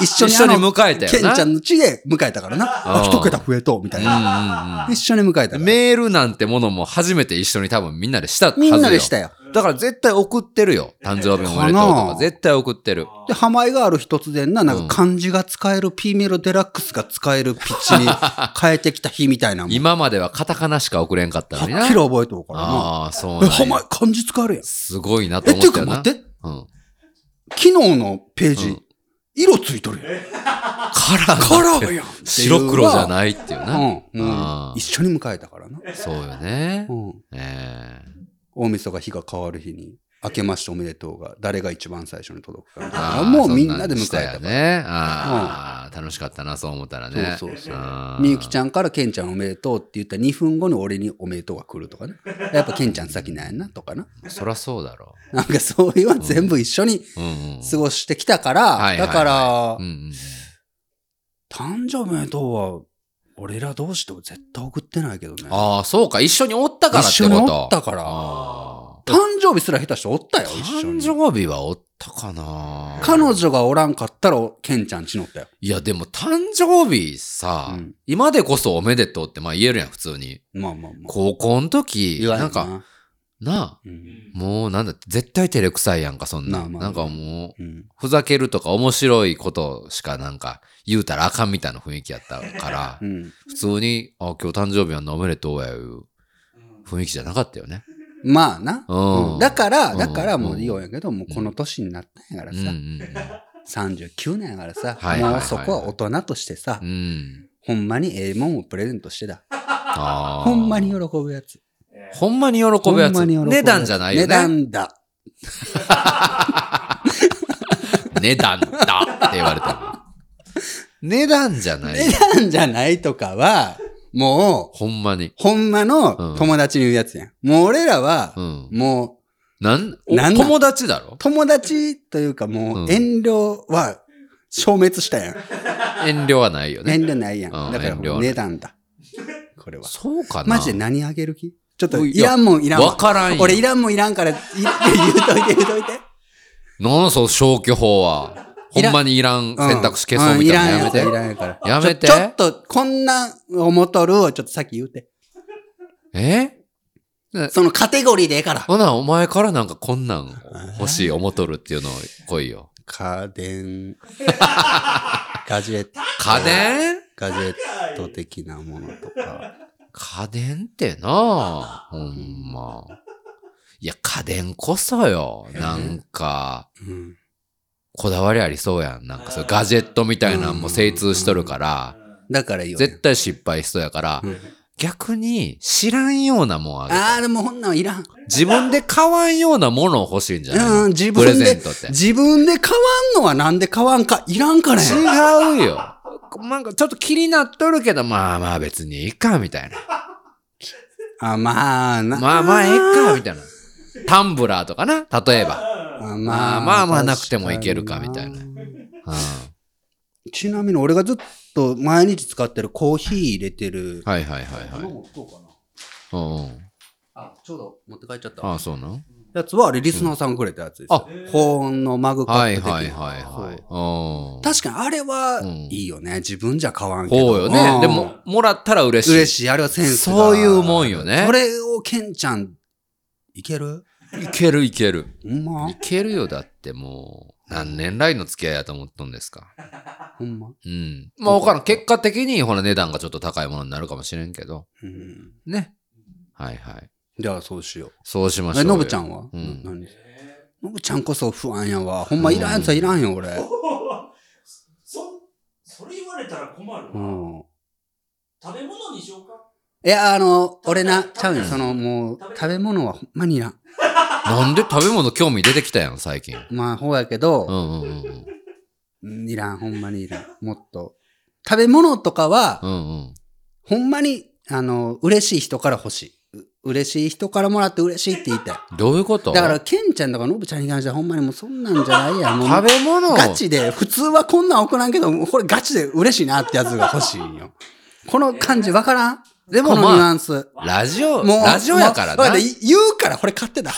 [SPEAKER 1] 一緒に
[SPEAKER 2] 一緒に
[SPEAKER 1] あの
[SPEAKER 2] 迎えたよな
[SPEAKER 1] ケンちゃんの家で迎えたからな。あ、
[SPEAKER 2] うん
[SPEAKER 1] 一桁増えとう、みたいな。
[SPEAKER 2] うん
[SPEAKER 1] 一緒に迎えたか
[SPEAKER 2] うんう
[SPEAKER 1] ら
[SPEAKER 2] ん。メールなんてものも初めて一緒に多分みんなでしたはず
[SPEAKER 1] み
[SPEAKER 2] よ。
[SPEAKER 1] んなでしたよ。
[SPEAKER 2] だから絶対送ってるよ。誕生日おめでとうと
[SPEAKER 1] かな
[SPEAKER 2] か。絶対送ってる。
[SPEAKER 1] で、ハマイがある日突然な、なんか漢字が使える P メロデラックスが使えるピッチ に変えてきた日みたいなもん。
[SPEAKER 2] 今まではカタカナしか送れんかったのに
[SPEAKER 1] は
[SPEAKER 2] な。
[SPEAKER 1] っきり覚えておうからな。
[SPEAKER 2] ああ、そう
[SPEAKER 1] え、
[SPEAKER 2] な
[SPEAKER 1] ハ
[SPEAKER 2] ん
[SPEAKER 1] マ
[SPEAKER 2] や
[SPEAKER 1] イ漢字使えるやん。
[SPEAKER 2] すごいなと
[SPEAKER 1] え、っ
[SPEAKER 2] 思って
[SPEAKER 1] いう
[SPEAKER 2] た
[SPEAKER 1] か
[SPEAKER 2] よな。
[SPEAKER 1] 待って、
[SPEAKER 2] うん。
[SPEAKER 1] 昨日のページ、
[SPEAKER 2] うん
[SPEAKER 1] 色ついとるやん。
[SPEAKER 2] カラー
[SPEAKER 1] カ
[SPEAKER 2] が
[SPEAKER 1] ラーやん。
[SPEAKER 2] 白黒じゃ
[SPEAKER 1] い。
[SPEAKER 2] ないっていう
[SPEAKER 1] うん
[SPEAKER 2] な。。
[SPEAKER 1] も
[SPEAKER 2] あ
[SPEAKER 1] う
[SPEAKER 2] ー
[SPEAKER 1] 一緒に迎えたからな。
[SPEAKER 2] そうよね
[SPEAKER 1] う。ん。
[SPEAKER 2] ええ
[SPEAKER 1] 大晦日日が変わる日に、明けましておめでとうが、誰が一番最初に届くかみたい
[SPEAKER 2] あ
[SPEAKER 1] な。
[SPEAKER 2] ー
[SPEAKER 1] もうみんなで迎え
[SPEAKER 2] そん
[SPEAKER 1] たから
[SPEAKER 2] なんしたよね。ああ、楽しかったな、そう思ったらね。
[SPEAKER 1] そうそうそう
[SPEAKER 2] あー
[SPEAKER 1] みゆきちゃんからケンちゃんおめでとうって言ったら2分後に俺におめでとうが来るとかね。やっぱケンちゃん先なんやなとかな。
[SPEAKER 2] そりゃそうだろ
[SPEAKER 1] なんかそういうのは全部一緒に
[SPEAKER 2] う。うんうん。
[SPEAKER 1] 過ごしてきたから、
[SPEAKER 2] はいはいはい
[SPEAKER 1] だから、
[SPEAKER 2] うんうん。
[SPEAKER 1] 誕生日おめでとうは俺ら同士と絶対送ってないけどね。
[SPEAKER 2] ああ、そうか。一緒におったからってこ
[SPEAKER 1] 一
[SPEAKER 2] と。
[SPEAKER 1] 緒におったから
[SPEAKER 2] あー
[SPEAKER 1] 誕生日すら下手しておったよ、一緒
[SPEAKER 2] 誕
[SPEAKER 1] に。
[SPEAKER 2] 生日はおったかな
[SPEAKER 1] 彼女がおらんかったら、ケンちゃんち乗ったよ。
[SPEAKER 2] いや、でも誕生日さ、
[SPEAKER 1] うん
[SPEAKER 2] 今でこそおめでとうってまあ言えるやん、普通に。
[SPEAKER 1] まあまあまあ。
[SPEAKER 2] 高校の時、
[SPEAKER 1] 言わへ
[SPEAKER 2] なんか、、なあ、
[SPEAKER 1] うん。
[SPEAKER 2] もうなんだ、絶対照れくさいやんか、そんな。
[SPEAKER 1] まあまあ
[SPEAKER 2] なんかもう、
[SPEAKER 1] うん。
[SPEAKER 2] ふざけるとか面白いことしかなんか言うたらあかんみたいな雰囲気やったから
[SPEAKER 1] う、ん。
[SPEAKER 2] 普通に、あ、今日誕生日はおめでとうやいう雰囲気じゃなかっ たよね。
[SPEAKER 1] まあな。
[SPEAKER 2] うん
[SPEAKER 1] うんだから、
[SPEAKER 2] うん
[SPEAKER 1] だからもういいようやけど、もうこの年になったんやか
[SPEAKER 2] う
[SPEAKER 1] ら
[SPEAKER 2] んうんう
[SPEAKER 1] さ、
[SPEAKER 2] ん。
[SPEAKER 1] 39年やからさ、
[SPEAKER 2] はいはいはい
[SPEAKER 1] もうそこは大人としてさ、
[SPEAKER 2] うん。
[SPEAKER 1] ほんまにええもんをプレゼントしてだ。
[SPEAKER 2] あー
[SPEAKER 1] ほんまに喜ぶやつ。
[SPEAKER 2] ほんまに喜ぶやつ。
[SPEAKER 1] ほんまに喜ぶ
[SPEAKER 2] 値段じゃないよね。
[SPEAKER 1] 値段だ。
[SPEAKER 2] 値 段だって言われたの。値段じゃない。
[SPEAKER 1] 値段じゃないとかは、もう、
[SPEAKER 2] ほんまに。
[SPEAKER 1] ほんまの友達に言うやつやん。もう俺らは
[SPEAKER 2] う、ん。
[SPEAKER 1] も
[SPEAKER 2] なん、
[SPEAKER 1] なんなん
[SPEAKER 2] 友達だろ
[SPEAKER 1] う、友達というかも
[SPEAKER 2] う
[SPEAKER 1] うん遠慮は消滅した やん。
[SPEAKER 2] 遠慮はないよね。
[SPEAKER 1] 遠慮ないやん。
[SPEAKER 2] うん
[SPEAKER 1] だからも
[SPEAKER 2] 遠慮は
[SPEAKER 1] う
[SPEAKER 2] ない
[SPEAKER 1] 値段だ。これは。
[SPEAKER 2] そうかな
[SPEAKER 1] マジで何あげる気ちょっと、
[SPEAKER 2] い
[SPEAKER 1] い
[SPEAKER 2] や
[SPEAKER 1] らんもんいらんも
[SPEAKER 2] わ
[SPEAKER 1] ん。
[SPEAKER 2] からんよ。
[SPEAKER 1] 俺いらんもんいらんから、い言うといて言うといて。
[SPEAKER 2] なんその消去法は。ほ
[SPEAKER 1] いら
[SPEAKER 2] ん
[SPEAKER 1] ん
[SPEAKER 2] まにいらん
[SPEAKER 1] うん
[SPEAKER 2] 選択肢消そうみたいなのやめて。
[SPEAKER 1] うんいらんやつはいらんやから。
[SPEAKER 2] やめて
[SPEAKER 1] ちょちょっと、こんな思っとるをちょっとさっき言うて。
[SPEAKER 2] え
[SPEAKER 1] そのカテゴリーでええから。
[SPEAKER 2] ほな、お前からなんかこんなん欲しい、思とるっていうの来いよ。
[SPEAKER 1] 家 電。ガジェット。
[SPEAKER 2] 家電
[SPEAKER 1] ガジェット的なものとか。
[SPEAKER 2] 家電ってなほんま。いや、家電こそよ。なんか、
[SPEAKER 1] うん。
[SPEAKER 2] こだわりありそうやん。なんかそういうガジェットみたいなんも精通しとるから、
[SPEAKER 1] だからいいよ、ね。
[SPEAKER 2] 絶対失敗しそうやから
[SPEAKER 1] うん、
[SPEAKER 2] 逆に知らんようなもんあげたい
[SPEAKER 1] ああ、でもほんなんいらん。
[SPEAKER 2] 自分で買わんようなものを欲しいんじゃないの
[SPEAKER 1] うん、自
[SPEAKER 2] プレ
[SPEAKER 1] 分
[SPEAKER 2] ゼ
[SPEAKER 1] で
[SPEAKER 2] ントって。、
[SPEAKER 1] 自分で買わんのはなんで買わんか、いらんからや。
[SPEAKER 2] 違うよ。なんかちょっと気になっとるけど、まあまあ別にいいか、みたいな。
[SPEAKER 1] あ、まあな。
[SPEAKER 2] まあまあええか、みたいな。タンブラーとかな、例えば。
[SPEAKER 1] あ
[SPEAKER 2] まあまあまあなくてもいけるかみたいな
[SPEAKER 1] 確かに
[SPEAKER 2] うん
[SPEAKER 1] ちなみに俺がずっと毎日使ってるコーヒー入れてる。
[SPEAKER 2] はいはいはいはい。
[SPEAKER 1] もそうかな。
[SPEAKER 2] うんうん。
[SPEAKER 1] あ、ちょうど持って帰っちゃった。
[SPEAKER 2] ああ、そうなん
[SPEAKER 1] やつはあれリスナーさんがくれたやつです。
[SPEAKER 2] あ
[SPEAKER 1] 保温のマグカ
[SPEAKER 2] は
[SPEAKER 1] ッ
[SPEAKER 2] い
[SPEAKER 1] プ的な。
[SPEAKER 2] はいはいはい。
[SPEAKER 1] そう
[SPEAKER 2] うん。
[SPEAKER 1] 確かにあれは
[SPEAKER 2] うん
[SPEAKER 1] いいよね。自分じゃ買わんけど。
[SPEAKER 2] こうよ
[SPEAKER 1] ん
[SPEAKER 2] ね。でも、、もらったら嬉しい。
[SPEAKER 1] 嬉しい。あれはセンスだ
[SPEAKER 2] そういうもんよね
[SPEAKER 1] それをケンちゃん、いける
[SPEAKER 2] いけるいける。
[SPEAKER 1] ほんま
[SPEAKER 2] いけるよ、だってもう。何年来の付き合いやと思っとんですか。
[SPEAKER 1] ほんま、
[SPEAKER 2] うん。まあわからん。結果的に、ほら、値段がちょっと高いものになるかもしれんけど。
[SPEAKER 1] うん、
[SPEAKER 2] ね。はいはい。
[SPEAKER 1] じゃあそうしよう。
[SPEAKER 2] そうしましょ
[SPEAKER 1] え、
[SPEAKER 2] う。
[SPEAKER 1] のぶちゃ
[SPEAKER 2] ん。
[SPEAKER 1] んは、
[SPEAKER 2] うん
[SPEAKER 1] な何のぶちゃんこそ不安やわ。ほんまいらんやつはいらんよ、俺。
[SPEAKER 3] そ、それ言われたら困る
[SPEAKER 1] う
[SPEAKER 3] な。
[SPEAKER 1] ん。
[SPEAKER 3] 食べ物にしようか。
[SPEAKER 1] いや、あの、俺な、ちゃうよ。
[SPEAKER 2] うん
[SPEAKER 1] その、もう、食べ物はほんまにいらん。
[SPEAKER 2] なんで食べ物興味出てきたやん、最近。
[SPEAKER 1] まあ、ほうやけ
[SPEAKER 2] う
[SPEAKER 1] ど、
[SPEAKER 2] んうんうんうん。
[SPEAKER 1] うんいらん、ほんまにいらん。もっと。食べ物とかは、
[SPEAKER 2] うんうん。
[SPEAKER 1] ほんまに、あの、嬉しい人から欲しい。う嬉しい人からもらって嬉しいって言いたい。
[SPEAKER 2] どういうこと
[SPEAKER 1] だから、ケンちゃんとかノブちゃんに関してはほんまにもうそんなんじゃないやん。もう
[SPEAKER 2] 食べ物を
[SPEAKER 1] ガチで、普通はこんなん送らんけど、これガチで嬉しいなってやつが欲しいんよ。この感じわからん
[SPEAKER 2] でも
[SPEAKER 1] このニュ
[SPEAKER 2] まあ、
[SPEAKER 1] アンス。
[SPEAKER 2] ラジオ、ラジオやから
[SPEAKER 1] もう
[SPEAKER 2] な
[SPEAKER 1] だ。い言うからこれ買ってた。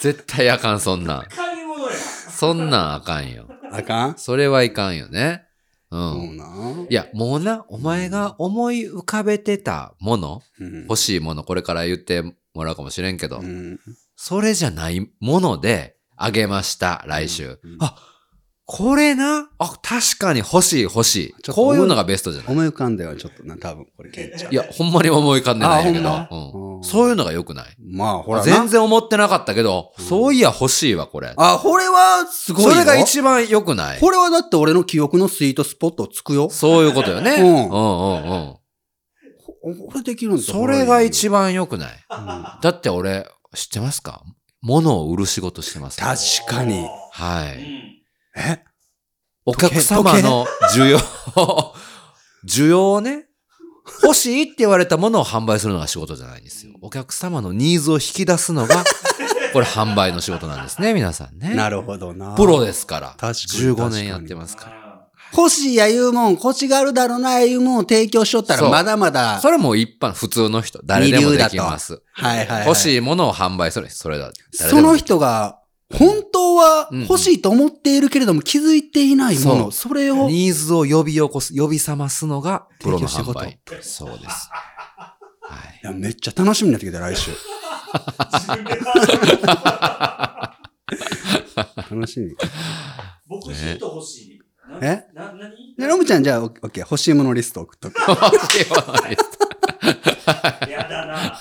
[SPEAKER 2] 絶対あかん、そんなん。
[SPEAKER 3] 買い物や。
[SPEAKER 2] そんなんあかんよ。
[SPEAKER 1] あかん
[SPEAKER 2] それはいかんよね。う
[SPEAKER 1] そ
[SPEAKER 2] ん。
[SPEAKER 1] うな。
[SPEAKER 2] いや、もうな、お前が思い浮かべてたもの、
[SPEAKER 1] うん
[SPEAKER 2] 欲しいもの、これから言ってもらうかもしれんけど、
[SPEAKER 1] うん
[SPEAKER 2] それじゃないもので、あげました、来週。
[SPEAKER 1] うん
[SPEAKER 2] あ、これな、あ、確かに欲しい欲し
[SPEAKER 1] ち
[SPEAKER 2] い。
[SPEAKER 1] ょっと
[SPEAKER 2] こういうのがベストじゃない
[SPEAKER 1] 思い浮かんだよ、ちょっとな、多分これケンちゃん。
[SPEAKER 2] いや、ほんまに思い浮かんでないんやけど、
[SPEAKER 1] あほんま
[SPEAKER 2] う、
[SPEAKER 1] うんん
[SPEAKER 2] そういうのが良くない。
[SPEAKER 1] まあ、ほらな。
[SPEAKER 2] 全然思ってなかったけど、そういや欲しいわ、これ。
[SPEAKER 1] あ、これはすごい
[SPEAKER 2] そ
[SPEAKER 1] よ。
[SPEAKER 2] れが一番良くない。
[SPEAKER 1] これはだって俺の記憶のスイートスポットをつくよ。
[SPEAKER 2] そういうことよね。
[SPEAKER 1] うん
[SPEAKER 2] うんうんうん。
[SPEAKER 1] これできるんです
[SPEAKER 2] それが一番良くない。
[SPEAKER 1] 番。
[SPEAKER 2] だって俺、知ってますか物を売る仕事してます。
[SPEAKER 1] 確かに。
[SPEAKER 2] は
[SPEAKER 3] う
[SPEAKER 2] い。
[SPEAKER 3] ん。
[SPEAKER 1] え
[SPEAKER 2] お客様の需要 を、需要をね、欲しいって言われたものを販売するのが仕事じゃないんですよ。お客様のニーズを引き出すの が、これ販売の仕事なんですね、皆さんね。
[SPEAKER 1] なるほどな。
[SPEAKER 2] プロですから。
[SPEAKER 1] 確かに
[SPEAKER 2] 15年やってますか
[SPEAKER 3] あ
[SPEAKER 1] 欲しいや言うもん、腰があるだろうないうもんを提供しとった
[SPEAKER 2] そ
[SPEAKER 1] ら
[SPEAKER 2] う
[SPEAKER 1] まだまだ。
[SPEAKER 2] ら。それも一般、普通の人、誰でもできます。
[SPEAKER 1] はいはい、はい。
[SPEAKER 2] 欲しいものを販売する。それだ。誰
[SPEAKER 1] そ
[SPEAKER 2] でも
[SPEAKER 1] の
[SPEAKER 2] できる
[SPEAKER 1] 人が、本当は欲しいと思っているけれども気づいていないもの、
[SPEAKER 2] そう
[SPEAKER 1] それを、
[SPEAKER 2] ニーズを呼び起こす、呼び覚ますのが、プロの販売
[SPEAKER 1] 提。
[SPEAKER 2] そうです。は い
[SPEAKER 1] い。や、めっちゃ楽しみになってきた、来週。
[SPEAKER 3] 自分で 買う
[SPEAKER 1] 楽し み。
[SPEAKER 3] 僕ヒント欲しい。な
[SPEAKER 1] え
[SPEAKER 3] な、なに
[SPEAKER 1] で、ロムちゃん、じゃあ、オッケー、欲しいものリスト送っとく。
[SPEAKER 3] やだな。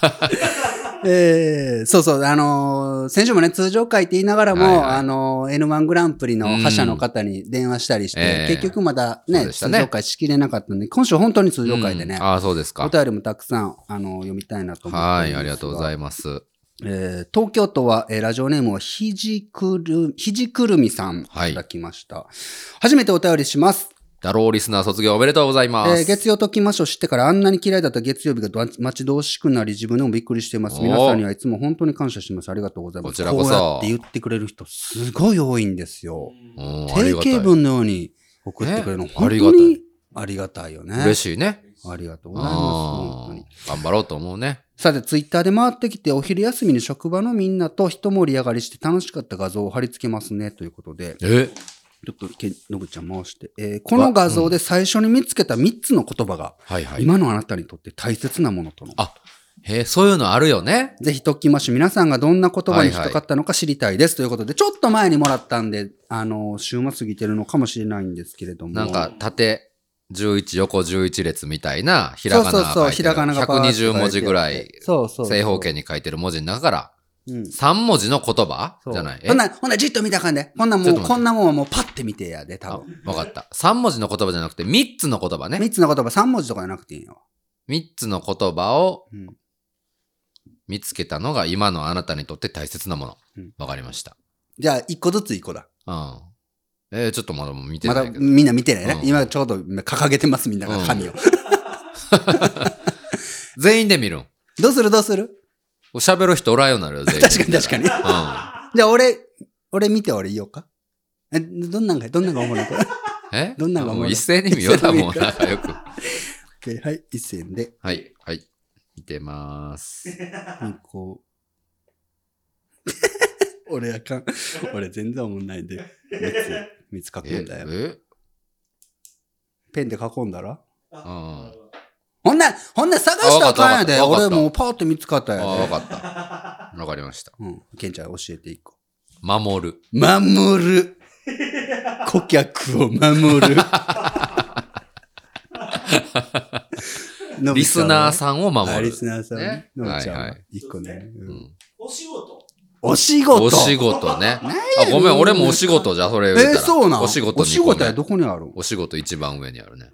[SPEAKER 1] えー、そうそう、あのー先週もね、通常会って言いながらも、
[SPEAKER 2] はいはい
[SPEAKER 1] あのー N1 グランプリの覇者の方に電話したりして、
[SPEAKER 2] うんええ
[SPEAKER 1] 結局まだ
[SPEAKER 2] そ
[SPEAKER 1] ね、
[SPEAKER 2] うでした
[SPEAKER 1] 通
[SPEAKER 2] ね
[SPEAKER 1] 常会しきれなかったんで、今週本当に通常会でね、
[SPEAKER 2] うんああ、そうです
[SPEAKER 1] お
[SPEAKER 2] か。
[SPEAKER 1] 便りもたくさん、あのー読みたいなと思って
[SPEAKER 2] はい、ありがとうござ
[SPEAKER 1] い
[SPEAKER 2] います。
[SPEAKER 1] ますが。えー東京都は、えーラジオネームはひじくる、ひじくるみさん、
[SPEAKER 2] はい
[SPEAKER 1] いただきました。初めてお便りします。
[SPEAKER 2] だろうリスナー卒業おめでとうございま
[SPEAKER 1] え
[SPEAKER 2] す。
[SPEAKER 1] ー月曜ときましょう知ってからあんなに嫌いだった月曜日がど待ち遠しくなり自分でもびっくりしていま
[SPEAKER 2] お
[SPEAKER 1] す。
[SPEAKER 2] ー
[SPEAKER 1] 皆さんにはいつも本当に感謝してます。ありがとうございます。
[SPEAKER 2] こちらこそ
[SPEAKER 1] うやって言ってくれる人すごい多いんですよ。
[SPEAKER 2] うんあり
[SPEAKER 1] 定
[SPEAKER 2] がたい
[SPEAKER 1] 型文のように送ってくれるの、
[SPEAKER 2] ね
[SPEAKER 1] 本当にありがたいよね。
[SPEAKER 2] 嬉しいね。
[SPEAKER 1] ありがとうございます。本当
[SPEAKER 2] あ
[SPEAKER 1] に。
[SPEAKER 2] ー頑張ろうと思うね。
[SPEAKER 1] さて、ツイッターで回ってきて、お昼休みに職場のみんなと一盛り上がりして楽しかった画像を貼り付けますね、ということで。
[SPEAKER 2] え
[SPEAKER 1] ちょっと、け野口ちゃん回して。えーこの画像で最初に見つけた3つの言葉が、
[SPEAKER 2] はいはい。
[SPEAKER 1] 今のあなたにとって大切なものとの。
[SPEAKER 2] あへえ、そういうのあるよね。
[SPEAKER 1] ぜひ、ときまし、皆さんがどんな言葉に引っかかったのか知りたいです。ということで、ちょっと前にもらったんで、あの、週末過ぎてるのかもしれないんですけれども。
[SPEAKER 2] なんか、縦11、横11列みたいな、ひらがな
[SPEAKER 1] そう
[SPEAKER 2] が
[SPEAKER 1] そう
[SPEAKER 2] 書
[SPEAKER 1] そう、
[SPEAKER 2] いて
[SPEAKER 1] ひ
[SPEAKER 2] る
[SPEAKER 1] らがながバーッと書いてあ
[SPEAKER 2] 120
[SPEAKER 1] って
[SPEAKER 2] 文字ぐらい、
[SPEAKER 1] そうそうそう
[SPEAKER 2] 正方形に書いてる文字の中から、
[SPEAKER 1] うん
[SPEAKER 2] 3文字の言葉
[SPEAKER 1] そう
[SPEAKER 2] じゃないえ
[SPEAKER 1] ほんな、ほんな、じっと見た感じで。こんな
[SPEAKER 2] ち
[SPEAKER 1] も
[SPEAKER 2] ょ
[SPEAKER 1] う、
[SPEAKER 2] っと待って
[SPEAKER 1] こんなもんはもうパッて見てやで、
[SPEAKER 2] あ
[SPEAKER 1] 多分。
[SPEAKER 2] わかった。3文字の言葉じゃなくて、3つの言葉ね。
[SPEAKER 1] 三つの言葉、三文字とかじゃなくていいよ。
[SPEAKER 2] 3つの言葉を
[SPEAKER 1] うん
[SPEAKER 2] 見つけたのが、今のあなたにとって大切なもの
[SPEAKER 1] うん。
[SPEAKER 2] わかりました。
[SPEAKER 1] じゃあ、一個ずつ一個だ。
[SPEAKER 2] うん。えー、ちょっとまだ見て
[SPEAKER 1] ま
[SPEAKER 2] な
[SPEAKER 1] だ、
[SPEAKER 2] いけど。
[SPEAKER 1] みんな見てないね。
[SPEAKER 2] うん
[SPEAKER 1] 今ちょうど掲げてます、みんな
[SPEAKER 2] う
[SPEAKER 1] が
[SPEAKER 2] ん
[SPEAKER 1] 紙を。
[SPEAKER 2] 全員で見るん。
[SPEAKER 1] どうするどうする
[SPEAKER 2] 喋る人おらんようになるよ、全員。
[SPEAKER 1] 確かに確かに。
[SPEAKER 2] か
[SPEAKER 1] じゃあ、俺、俺見て俺言おうか。え、どんなんが、どんなんが思うの か。
[SPEAKER 2] に。うん。え
[SPEAKER 1] どんなんが思う
[SPEAKER 2] もう一斉に見ようだもん、
[SPEAKER 1] 一斉に見よ
[SPEAKER 2] 仲良く。
[SPEAKER 1] ではい、一線で、
[SPEAKER 2] はい、はい。見てま ーす。
[SPEAKER 1] こう。俺あかん。俺全然思んないんで。三つ、三つ囲
[SPEAKER 2] え
[SPEAKER 1] んだよ。
[SPEAKER 2] え
[SPEAKER 1] ペンで囲んだら
[SPEAKER 3] あ
[SPEAKER 1] ほんな、ほんな探したらあかんやで。
[SPEAKER 2] あわか
[SPEAKER 1] 俺
[SPEAKER 2] ったわかった
[SPEAKER 1] もうパーって見つかった
[SPEAKER 2] あ
[SPEAKER 1] や
[SPEAKER 2] あ、わ
[SPEAKER 1] で。
[SPEAKER 2] かった。わかりました。
[SPEAKER 1] うん。ケンちゃん教えていこ
[SPEAKER 2] 守る。
[SPEAKER 1] う。守 る。顧客を守る。のび
[SPEAKER 2] リ
[SPEAKER 1] ちゃ
[SPEAKER 2] ス
[SPEAKER 1] ん
[SPEAKER 2] ナ
[SPEAKER 1] は
[SPEAKER 2] ーさんを守
[SPEAKER 1] あリ
[SPEAKER 2] る。
[SPEAKER 1] スナーさんね
[SPEAKER 2] ね。
[SPEAKER 1] のびちゃん
[SPEAKER 2] はい
[SPEAKER 1] は
[SPEAKER 2] はい
[SPEAKER 1] 一個ね。
[SPEAKER 2] う
[SPEAKER 1] うん
[SPEAKER 2] ん
[SPEAKER 3] お仕事。
[SPEAKER 1] お仕事。
[SPEAKER 2] お仕事ね。
[SPEAKER 1] 何
[SPEAKER 2] あ、ごめん、俺もお仕事じゃ、それ
[SPEAKER 1] え
[SPEAKER 2] 言うたら。
[SPEAKER 1] ー、そうなん
[SPEAKER 2] お仕事
[SPEAKER 1] お仕
[SPEAKER 2] 2個
[SPEAKER 1] 事は
[SPEAKER 2] 目。
[SPEAKER 1] どこにある
[SPEAKER 2] お仕事一番上にあるね。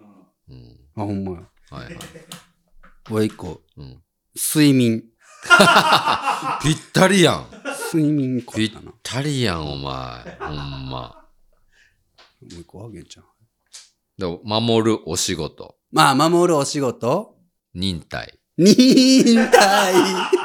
[SPEAKER 2] うん。
[SPEAKER 1] あ、ほんまや。
[SPEAKER 2] はい はい。
[SPEAKER 1] 俺一個。
[SPEAKER 2] うん。
[SPEAKER 1] 睡眠。
[SPEAKER 2] ぴったりやん。
[SPEAKER 1] 睡眠一個
[SPEAKER 2] ぴっ
[SPEAKER 1] だな。も
[SPEAKER 2] たりやん、お前。ほんま。
[SPEAKER 1] う一個あげんちゃん。
[SPEAKER 2] でも守るお仕事。
[SPEAKER 1] まあ、守るお仕事。
[SPEAKER 2] 忍耐。
[SPEAKER 1] 忍耐。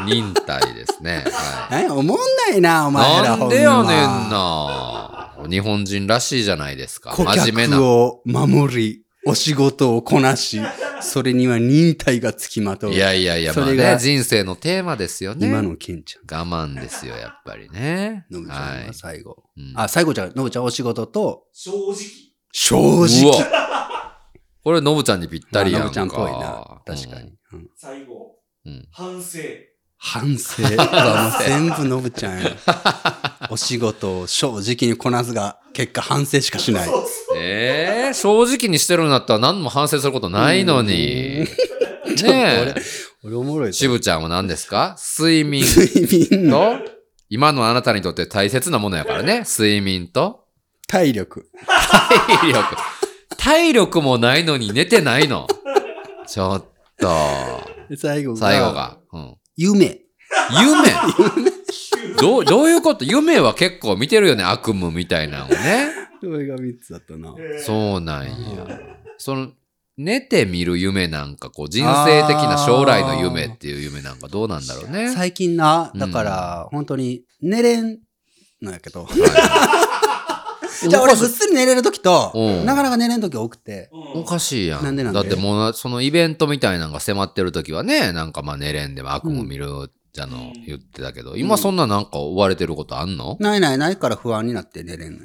[SPEAKER 2] 忍耐で すね。は
[SPEAKER 1] 何やおもんないな、お
[SPEAKER 2] い。
[SPEAKER 1] 前ら。
[SPEAKER 2] なんでやねん
[SPEAKER 1] ほま。
[SPEAKER 2] な。日本人らしいじゃないですか。
[SPEAKER 1] 顧
[SPEAKER 2] 真面目
[SPEAKER 1] 客
[SPEAKER 2] な。
[SPEAKER 1] を守り、お仕事をこなし、それには忍耐がつきまとう。
[SPEAKER 2] いやいやいや、
[SPEAKER 1] そ
[SPEAKER 2] まあ
[SPEAKER 1] れが
[SPEAKER 2] ね、人生のテーマですよね。
[SPEAKER 1] 今のケンちゃん。
[SPEAKER 2] 我慢ですよ、やっぱりね。
[SPEAKER 1] のぶちゃん
[SPEAKER 2] は
[SPEAKER 1] は最後。
[SPEAKER 2] い。うん
[SPEAKER 1] あ、最後じゃないのぶちゃんお仕事と、
[SPEAKER 3] 正直。
[SPEAKER 1] 正
[SPEAKER 2] う
[SPEAKER 1] 直。
[SPEAKER 2] わこれ、のぶちゃんにぴったりやん
[SPEAKER 1] の
[SPEAKER 2] か。
[SPEAKER 1] ぶちゃんっぽいな。確かに。うん
[SPEAKER 3] 最後。
[SPEAKER 2] うん。うん
[SPEAKER 3] 反省。
[SPEAKER 1] 反 省はもう全部のぶちゃんや。お仕事を正直にこなすが、結果反省しかしない。
[SPEAKER 3] そうそう
[SPEAKER 2] ええ正直にしてるんだったら何も反省することないのに。ねえ。
[SPEAKER 1] 俺おもろい
[SPEAKER 2] し
[SPEAKER 1] ぞ。
[SPEAKER 2] ぶちゃんは何ですか睡眠
[SPEAKER 1] 睡眠の
[SPEAKER 2] と、今のあなたにとって大切なものやからね。睡眠と、
[SPEAKER 1] 体力。
[SPEAKER 2] 体力。体力もないのに寝てないの。ちょっと。
[SPEAKER 1] 最後が。
[SPEAKER 2] 最後が。うん。
[SPEAKER 1] 夢。
[SPEAKER 2] 夢
[SPEAKER 3] 急
[SPEAKER 2] どう、どういうこと夢は結構見てるよね、悪夢みたいなのをね。
[SPEAKER 1] それが3つだったな。
[SPEAKER 3] えー
[SPEAKER 2] そうなんや。その、寝て見る夢なんか、こう、人生的な将来の夢っていう夢なんかどうなんだろうね。
[SPEAKER 1] 最近な、
[SPEAKER 2] うん
[SPEAKER 1] だから、本当に寝れんのやけど。
[SPEAKER 2] い
[SPEAKER 1] じゃあ俺ぐっすり寝れる時と
[SPEAKER 2] う、ん
[SPEAKER 1] なかなか寝れん時多くて。
[SPEAKER 3] うん
[SPEAKER 2] おかしいやん。
[SPEAKER 1] なんでなんで
[SPEAKER 2] だってもうな、そのイベントみたいなのが迫ってる時はね、なんかまあ寝れんでも悪夢見るじゃの、
[SPEAKER 3] うん
[SPEAKER 2] 言ってたけど、今そんななんか追われてることあんの、
[SPEAKER 1] ないないないから不安になって寝れんのよ。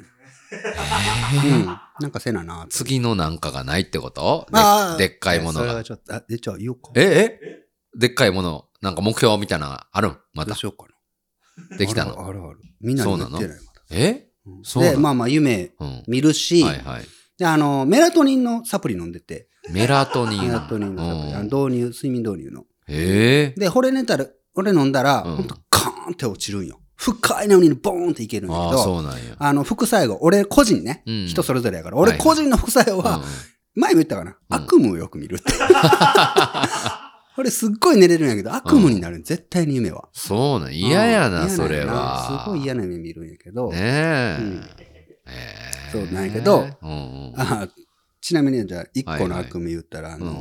[SPEAKER 1] うん。なんかせななって。
[SPEAKER 2] 次のなんかがないってことで
[SPEAKER 1] あー
[SPEAKER 2] でっかいも
[SPEAKER 1] そ
[SPEAKER 2] の
[SPEAKER 1] れ
[SPEAKER 2] が
[SPEAKER 1] は。ちょっと、あ、え、じゃあ言おうか。
[SPEAKER 2] え、えでっかいもの、なんか目標みたいなのあるんま
[SPEAKER 1] どう
[SPEAKER 2] た
[SPEAKER 1] し。ようかな。
[SPEAKER 2] できたの
[SPEAKER 1] あるあるある。みんなに言ってないまだ
[SPEAKER 2] え
[SPEAKER 1] うん
[SPEAKER 2] そうなの
[SPEAKER 1] で、まあまあ夢
[SPEAKER 2] うん。
[SPEAKER 1] 見るし、
[SPEAKER 2] はいはい。
[SPEAKER 1] で、あの、メラトニンのサプリ飲んでて、
[SPEAKER 2] メラトニン。
[SPEAKER 1] メラトニンのサプリ、あ
[SPEAKER 2] う
[SPEAKER 1] の
[SPEAKER 2] ん
[SPEAKER 1] 導入、睡眠導入の。
[SPEAKER 2] ええ
[SPEAKER 1] で、これ寝たら、俺飲んだら、
[SPEAKER 2] うん
[SPEAKER 1] ほんとカーンって落ちるんよ。深いのにボーンっていけるんだ
[SPEAKER 2] あ
[SPEAKER 1] け
[SPEAKER 2] あ、
[SPEAKER 1] ど、
[SPEAKER 2] そうなんや。
[SPEAKER 1] あの、副作用、俺個人ね、
[SPEAKER 2] うん
[SPEAKER 1] 人それぞれやから、
[SPEAKER 2] はい
[SPEAKER 1] 俺
[SPEAKER 2] はい
[SPEAKER 1] 個人の副作用は、前も言ったかな、
[SPEAKER 2] うん
[SPEAKER 1] 悪夢をよく見るって。これすっごい寝れるんやけど、悪夢になるん絶対に夢は。
[SPEAKER 2] そうなん嫌や
[SPEAKER 1] う
[SPEAKER 2] な、
[SPEAKER 1] ん
[SPEAKER 2] それ
[SPEAKER 1] 嫌なんやな
[SPEAKER 2] は。
[SPEAKER 1] すごい嫌な夢見るんやけど、
[SPEAKER 2] ねえ
[SPEAKER 1] うん。
[SPEAKER 2] ええ
[SPEAKER 1] そうなんやけど
[SPEAKER 2] うんうん
[SPEAKER 1] あーちなみに、じゃあ、一個の
[SPEAKER 2] はいはい
[SPEAKER 1] 悪夢言ったら、あ
[SPEAKER 2] う
[SPEAKER 1] の、
[SPEAKER 2] ん。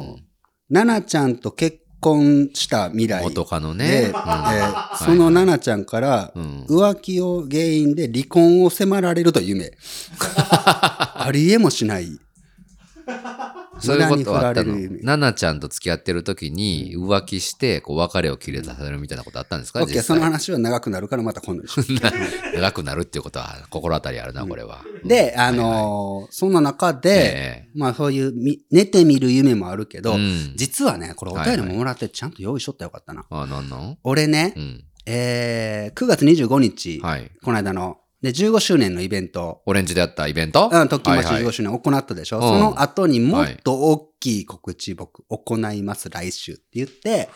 [SPEAKER 1] 奈々ちゃんと結婚した未来
[SPEAKER 2] 元カノ
[SPEAKER 1] で、え
[SPEAKER 2] ね。うん
[SPEAKER 1] ーその奈々ちゃんから
[SPEAKER 2] う、ん。
[SPEAKER 1] 浮気を原因で離婚を迫られるという 夢。ありえもしない。
[SPEAKER 2] そういうことはあったの
[SPEAKER 1] 無駄に振られる夢
[SPEAKER 2] ナナちゃんと付き合ってる時に浮気して、こう、別れを切れさせるみたいなことあったんです
[SPEAKER 1] オ
[SPEAKER 2] か
[SPEAKER 1] ッケー、その
[SPEAKER 2] 実際
[SPEAKER 1] 話は長くなるからまた今度にしよ
[SPEAKER 2] 長くなるっていうことは心当たりあるな、これは。
[SPEAKER 1] う。 で、あのーそんな中で、
[SPEAKER 2] え
[SPEAKER 1] まあそういうみ、寝てみる夢もあるけ
[SPEAKER 2] え
[SPEAKER 1] ど、
[SPEAKER 2] うん。
[SPEAKER 1] 実はね、これお
[SPEAKER 2] はい
[SPEAKER 1] 便り
[SPEAKER 2] はい
[SPEAKER 1] ももらってちゃんと用意しとったらよかったな。
[SPEAKER 2] あ、なんなん
[SPEAKER 1] 俺ね
[SPEAKER 2] う、ん。
[SPEAKER 1] えー、9月25日、
[SPEAKER 2] はい。
[SPEAKER 1] この間の、で、15周年のイベント、
[SPEAKER 2] オレンジであったイベント
[SPEAKER 1] うん、特訓町
[SPEAKER 2] はいは
[SPEAKER 1] 15
[SPEAKER 2] い
[SPEAKER 1] 周年行ったでしょ、
[SPEAKER 2] うん
[SPEAKER 1] その後にもっと大きい告知僕行います、来週って言って、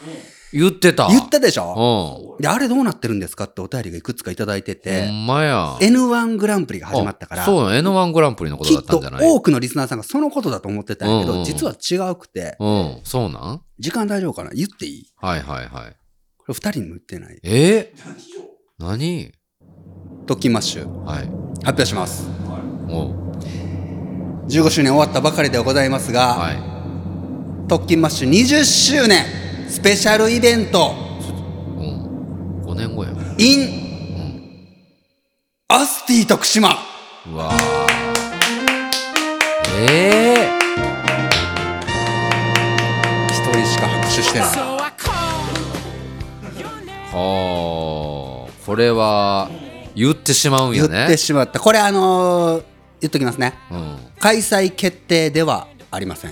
[SPEAKER 2] 言ってた。
[SPEAKER 1] 言ったでし
[SPEAKER 2] う
[SPEAKER 1] ょ
[SPEAKER 2] ん。
[SPEAKER 1] で、あれどうなってるんですかってお便りがいくつかいただいて
[SPEAKER 2] ほ
[SPEAKER 1] て、
[SPEAKER 2] んまや。
[SPEAKER 1] N1 グランプリが始まったから、
[SPEAKER 2] あそうや、N1 グランプリのこと
[SPEAKER 1] き
[SPEAKER 2] だ
[SPEAKER 1] っ
[SPEAKER 2] った
[SPEAKER 1] と
[SPEAKER 2] んじゃない
[SPEAKER 1] 多くのリスナーさんがそのことだと思ってたんやけど、
[SPEAKER 2] うんうん
[SPEAKER 1] 実は違うくて、
[SPEAKER 2] うん、そうなん
[SPEAKER 1] 時間大丈夫かな言っていい
[SPEAKER 2] はいはいはい。
[SPEAKER 1] これ二人にも言ってない。
[SPEAKER 2] え
[SPEAKER 3] 何よ
[SPEAKER 2] 何
[SPEAKER 1] トキマッシュ、
[SPEAKER 2] はい。
[SPEAKER 1] 発表します。
[SPEAKER 2] おう
[SPEAKER 1] 15周年終わったばかりではございますが、
[SPEAKER 2] は
[SPEAKER 1] 特勤マッシュ20周年スペシャルイベント
[SPEAKER 2] い。うん。5年後やん。う
[SPEAKER 1] in
[SPEAKER 2] ん。
[SPEAKER 1] アスティ徳島
[SPEAKER 2] うわーえ
[SPEAKER 1] 一人しか拍手してない
[SPEAKER 2] えー。はあ。これは、言ってしまうん
[SPEAKER 1] 言
[SPEAKER 2] や
[SPEAKER 1] っ
[SPEAKER 2] ね。
[SPEAKER 1] てしまったこれあのー言っときますね
[SPEAKER 2] うん。
[SPEAKER 1] 開催決定ではありません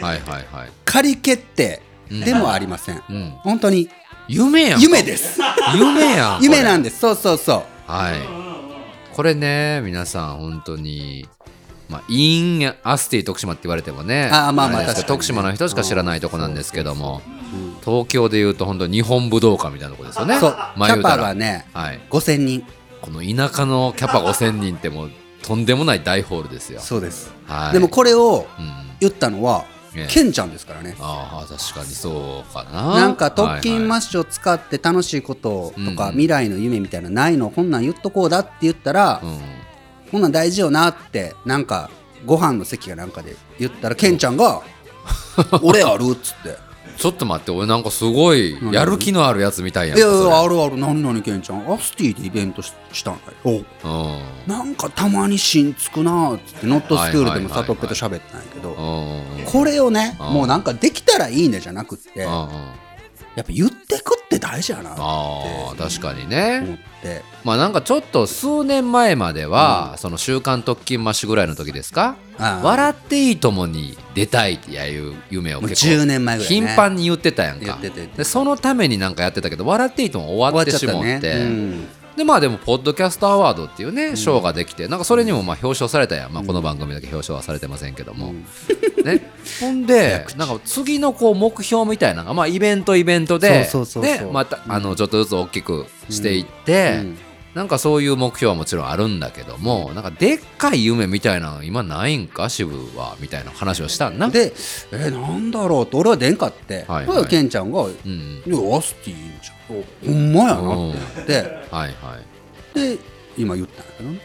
[SPEAKER 2] はいはいはい。
[SPEAKER 1] 仮決定でもありません、
[SPEAKER 2] うん。
[SPEAKER 1] 本当に
[SPEAKER 2] 夢やん。
[SPEAKER 1] 夢です
[SPEAKER 2] 夢やん。これ
[SPEAKER 1] 夢なんですそうそうそう
[SPEAKER 2] はい。これね、皆さん、本当に、まあ、イン・アスティ徳島って言われてもね、
[SPEAKER 1] あーまあまあ
[SPEAKER 2] れですけ
[SPEAKER 1] 確
[SPEAKER 2] ど徳
[SPEAKER 1] かにね
[SPEAKER 2] 島の人しか知らないとこなんですけども、東京でいうと、本当、日本武道館みたいなとこですよね。
[SPEAKER 1] そう
[SPEAKER 2] まあ
[SPEAKER 1] キ
[SPEAKER 2] 言
[SPEAKER 1] ャ
[SPEAKER 2] うた
[SPEAKER 1] パ
[SPEAKER 2] ら
[SPEAKER 1] がね
[SPEAKER 2] はい、
[SPEAKER 1] 5000人
[SPEAKER 2] この田舎のキャパ5000人って、もう、とんでもない大ホールですよ。
[SPEAKER 1] そうです、
[SPEAKER 2] はい、
[SPEAKER 1] でもこれを
[SPEAKER 2] うん、
[SPEAKER 1] 言ったのは、
[SPEAKER 2] ええ
[SPEAKER 1] ケンちゃんですからね
[SPEAKER 2] ああ、確かにそうかな。
[SPEAKER 1] なんか特勤マ
[SPEAKER 2] ま
[SPEAKER 1] ッシュを使って楽しいことと
[SPEAKER 2] うんうん
[SPEAKER 1] か未来の夢みたいなのないのこんなん言っとこうだって言ったら
[SPEAKER 2] うん、
[SPEAKER 1] こんなん大事よなってなんかご飯の席がなんかで言ったらケンちゃん が「俺ある?」っつって「
[SPEAKER 2] ちょっと待って、俺なんかすごい、やる気のあるやつみたいやん
[SPEAKER 1] い
[SPEAKER 2] か
[SPEAKER 1] やい
[SPEAKER 2] それ
[SPEAKER 1] やあるある何々ケンちゃんアスティでイベントししたんかい」
[SPEAKER 2] うん。
[SPEAKER 1] おなんかたまに新つくな」っつって「ノットスクール」でも
[SPEAKER 2] はいはいはいはい
[SPEAKER 1] サトッペと喋ったんやけど
[SPEAKER 2] うん。
[SPEAKER 1] これをね
[SPEAKER 2] うん
[SPEAKER 1] もうなんかできたらいいねじゃなくって
[SPEAKER 2] うん
[SPEAKER 1] や
[SPEAKER 2] うん
[SPEAKER 1] っぱ言ってくって大事やなと
[SPEAKER 2] ああ確かに
[SPEAKER 1] 思
[SPEAKER 2] ね、
[SPEAKER 1] って
[SPEAKER 2] まあなんかちょっと数年前までは、その「週刊特勤マッシュ」ぐらいの時ですか「
[SPEAKER 1] あー
[SPEAKER 2] 笑っていいとも」に出たいっていう夢を
[SPEAKER 1] もう
[SPEAKER 2] 結
[SPEAKER 1] 10
[SPEAKER 2] 構
[SPEAKER 1] 年前ぐらい
[SPEAKER 2] 頻
[SPEAKER 1] ね
[SPEAKER 2] 繁に言ってたやん
[SPEAKER 1] 言
[SPEAKER 2] か
[SPEAKER 1] ってた言ってた
[SPEAKER 2] でそのためになんかやってたけど「笑っていいとも」終わってしもって
[SPEAKER 1] うん
[SPEAKER 2] でまあでもポッドキャストアワードっていうね賞ができてなんかそれにもまあ表彰されたやん、まあ、この番組だけ表彰はされてませんけども、ね、ほんでなんか次のこう目標みたいなのが、まあ、イベントイベントで
[SPEAKER 1] そうそうそうそう
[SPEAKER 2] ねまたあのちょっとずつ大きくしていって、
[SPEAKER 1] うん
[SPEAKER 2] なんかそういう目標はもちろんあるんだけどもなんかでっかい夢みたいなの今ないんか渋はみたいな話をしたんな。
[SPEAKER 1] で、えー、なんだろうって俺は殿下って、
[SPEAKER 2] はいはい
[SPEAKER 1] そしたらケンちゃんが「い
[SPEAKER 2] うん、
[SPEAKER 1] やアスティいいんじゃんおほんまやな」って
[SPEAKER 2] はいはい
[SPEAKER 1] 言ってで今言ったんだけどね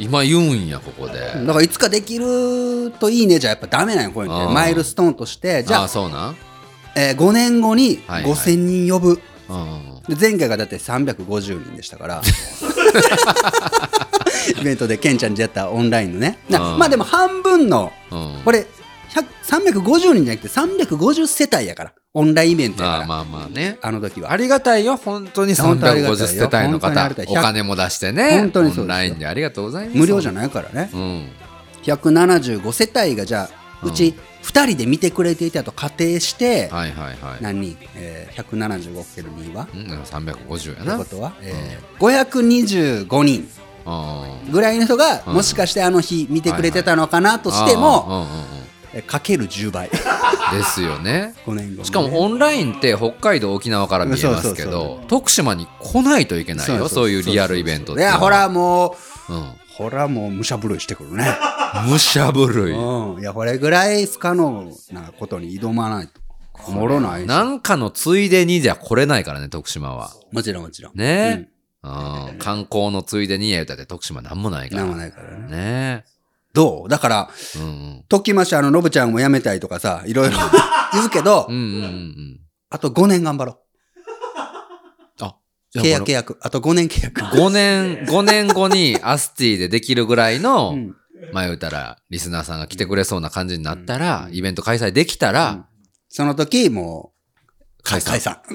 [SPEAKER 2] 今言うんやここで。
[SPEAKER 1] だからいつかできるといいねじゃやっぱダメなんよこういうのっ
[SPEAKER 2] あー
[SPEAKER 1] てマイルストーンとしてじ
[SPEAKER 2] あ
[SPEAKER 1] ゃ
[SPEAKER 2] あ
[SPEAKER 1] あ
[SPEAKER 2] そうなん、
[SPEAKER 1] えー、5年後に
[SPEAKER 2] はいはい
[SPEAKER 1] 5,000人呼ぶ、
[SPEAKER 2] うんうんうん、
[SPEAKER 1] で前回がだって350人でしたから イベントでケンちゃんでやったオンラインのねな
[SPEAKER 2] うん
[SPEAKER 1] まあでも半分の
[SPEAKER 2] うん
[SPEAKER 1] これ100 350人じゃなくて350世帯やからオンラインイベントやか
[SPEAKER 2] まあ
[SPEAKER 1] ら、
[SPEAKER 2] まあまあね。
[SPEAKER 1] あの時は
[SPEAKER 2] ありがたいよ、本当に
[SPEAKER 1] 本当ありがた
[SPEAKER 2] 350
[SPEAKER 1] い
[SPEAKER 2] 世
[SPEAKER 1] よ
[SPEAKER 2] 帯の
[SPEAKER 1] 本当にあり
[SPEAKER 2] 方
[SPEAKER 1] がたい、
[SPEAKER 2] お金も出してね、
[SPEAKER 1] 本当にそうですよ
[SPEAKER 2] オンラインでありがとうございます。
[SPEAKER 1] 無料じゃ
[SPEAKER 2] ん。
[SPEAKER 1] ないからね
[SPEAKER 2] うん。
[SPEAKER 1] 175世帯がじゃあ
[SPEAKER 2] うん
[SPEAKER 1] うち2人で見てくれていたと仮定して、
[SPEAKER 2] はいはいはい。
[SPEAKER 1] 何人、えー、175×2 は
[SPEAKER 2] うん、350や
[SPEAKER 1] とい
[SPEAKER 2] な。
[SPEAKER 1] う
[SPEAKER 2] う
[SPEAKER 1] ことは、えー、525人
[SPEAKER 2] ん。
[SPEAKER 1] ぐらいの人が、
[SPEAKER 2] うん
[SPEAKER 1] もしかしてあの日見てくれてたのかなとしても、
[SPEAKER 2] あー、うんうんうん
[SPEAKER 1] えーかける10倍
[SPEAKER 2] ですよね。
[SPEAKER 1] 5年後、
[SPEAKER 2] しかもオンラインって北海道、沖縄から見えますけ
[SPEAKER 1] そうそう
[SPEAKER 2] ど、徳島に来ないといけないよ、そういうリアルイベントっ
[SPEAKER 1] い
[SPEAKER 2] てうの
[SPEAKER 1] や
[SPEAKER 2] は
[SPEAKER 1] ほらもう
[SPEAKER 2] うん。
[SPEAKER 1] ほらもう武者震いしてくるね
[SPEAKER 2] 武者震い。
[SPEAKER 1] うん、いやこれぐらい不可能なことに挑まないとおもろないし
[SPEAKER 2] なんかのついでにじゃ来れないからね、徳島は。
[SPEAKER 1] もちろんもちろん
[SPEAKER 2] ね、うん、観光のついでにや言うたって徳島なんもないから
[SPEAKER 1] なんもないからね
[SPEAKER 2] ね
[SPEAKER 1] どうだから、
[SPEAKER 2] うん
[SPEAKER 1] ときましあの、ノブちゃんも辞めたいとかさ、いろい ろ言うけど
[SPEAKER 2] うん。う、んうんうんうん。
[SPEAKER 1] あと5年頑張ろう。契約契
[SPEAKER 2] や。
[SPEAKER 1] 約。あと5年契約。
[SPEAKER 2] 5年、5年後にアスティでできるぐらいの、
[SPEAKER 1] うん
[SPEAKER 2] まあ言うたら、リスナーさんが来てくれそうな感じになったら、
[SPEAKER 1] うん
[SPEAKER 2] イベント開催できたら、
[SPEAKER 1] その時、もう、
[SPEAKER 2] 解散
[SPEAKER 1] 散。